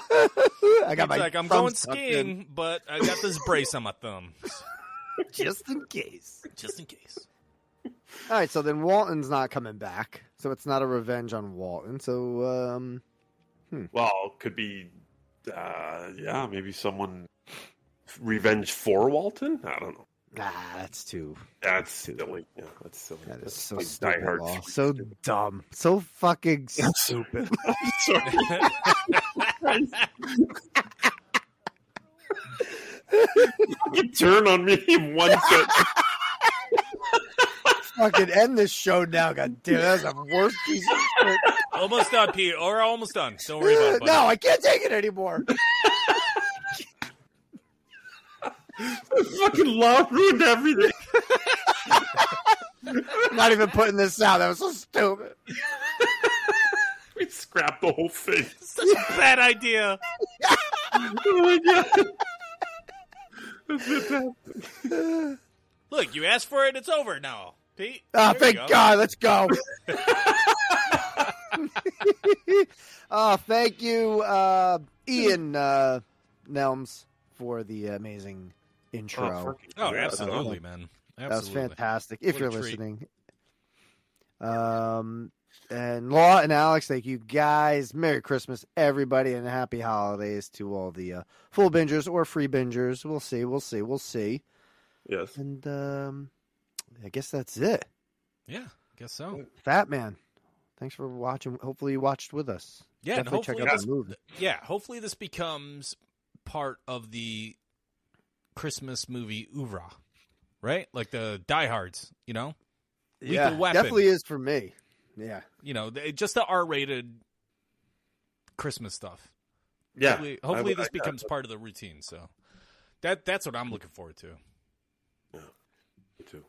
He's got my like, I'm thumb going stuck in, skiing, but I got this brace on my thumb just in case. just in case. All right, so then Walton's not coming back, so it's not a revenge on Walton. So, um, Well, could be, uh, yeah, maybe someone revenge for Walton. I don't know. nah, ah, that's too. That's silly. Yeah, that's silly. That is That's so like stupid. diehard law. stupid. So dumb. So fucking stupid. I'm sorry. you turn on me in one sentence. fucking end this show now. God damn, that's the worst piece of shit. Almost done, Pete. Or almost done. Don't worry about it. buddy. No, I can't take it anymore. Fucking law ruined everything. I'm not even putting this out. That was so stupid. We scrapped the whole thing. such a bad idea. Oh my god. That's fantastic. Look, you asked for it. It's over now, Pete. Oh, There thank you go. God. Let's go. oh, thank you, uh, Ian uh, Nelms, for the amazing intro. fucking Oh, yeah. absolutely, man. that was Absolutely. fantastic. If What a you're treat. listening, um, and Law and Alex, thank you guys. Merry Christmas, everybody, and happy holidays to all the uh, full bingers or free bingers. We'll see. We'll see. We'll see. Yes. And um, I guess that's it. Yeah, guess so. Fat Man, thanks for watching. Hopefully, you watched with us. Yeah, and Definitely check hopefully out this- the movie. Yeah, hopefully this becomes part of the Christmas movie oeuvre, right? Like the diehards, you know? Lethal yeah, Weapon. definitely is for me. Yeah, You know, they- just the R-rated Christmas stuff. Yeah. Hopefully, hopefully I- this I- becomes part of the routine, so that that's what I'm looking forward to. Me too.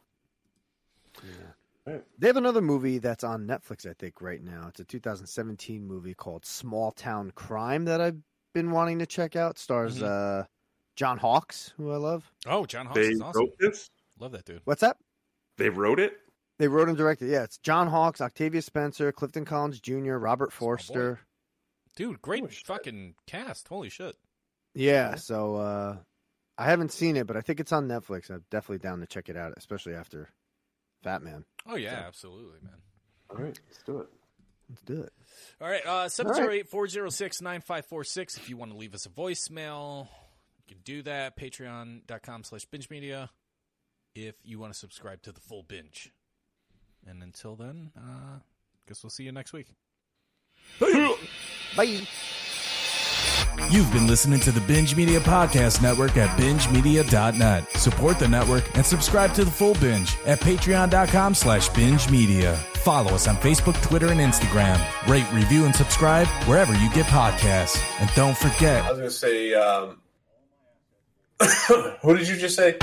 they have another movie that's on Netflix, I think, right now. It's a 2017 movie called Small Town Crime that I've been wanting to check out. Stars uh, John Hawks, who I love. Oh, John Hawks They is awesome. wrote this. Love that dude. What's up? They wrote it. They wrote and directed. Yeah, it's John Hawks, Octavia Spencer, Clifton Collins Jr., Robert Forster. Dude, great Holy shit. fucking cast. Holy shit. Yeah, so uh, I haven't seen it, but I think it's on Netflix. I'm definitely down to check it out, especially after Fat Man. Oh yeah, absolutely, man. All right, let's do it. Let's do it. All right, uh 708-406-9546 if you want to leave us a voicemail. You can do that patreon.com slash binge media if you want to subscribe to the full binge. And until then, uh guess we'll see you next week. Bye. You've been listening to the Binge Media Podcast Network at bingemedia.net. Support the network and subscribe to the full binge at patreon.com slash binge media. Follow us on Facebook, Twitter, and Instagram. Rate, review, and subscribe wherever you get podcasts. And don't forget, I was gonna say, um, who did you just say?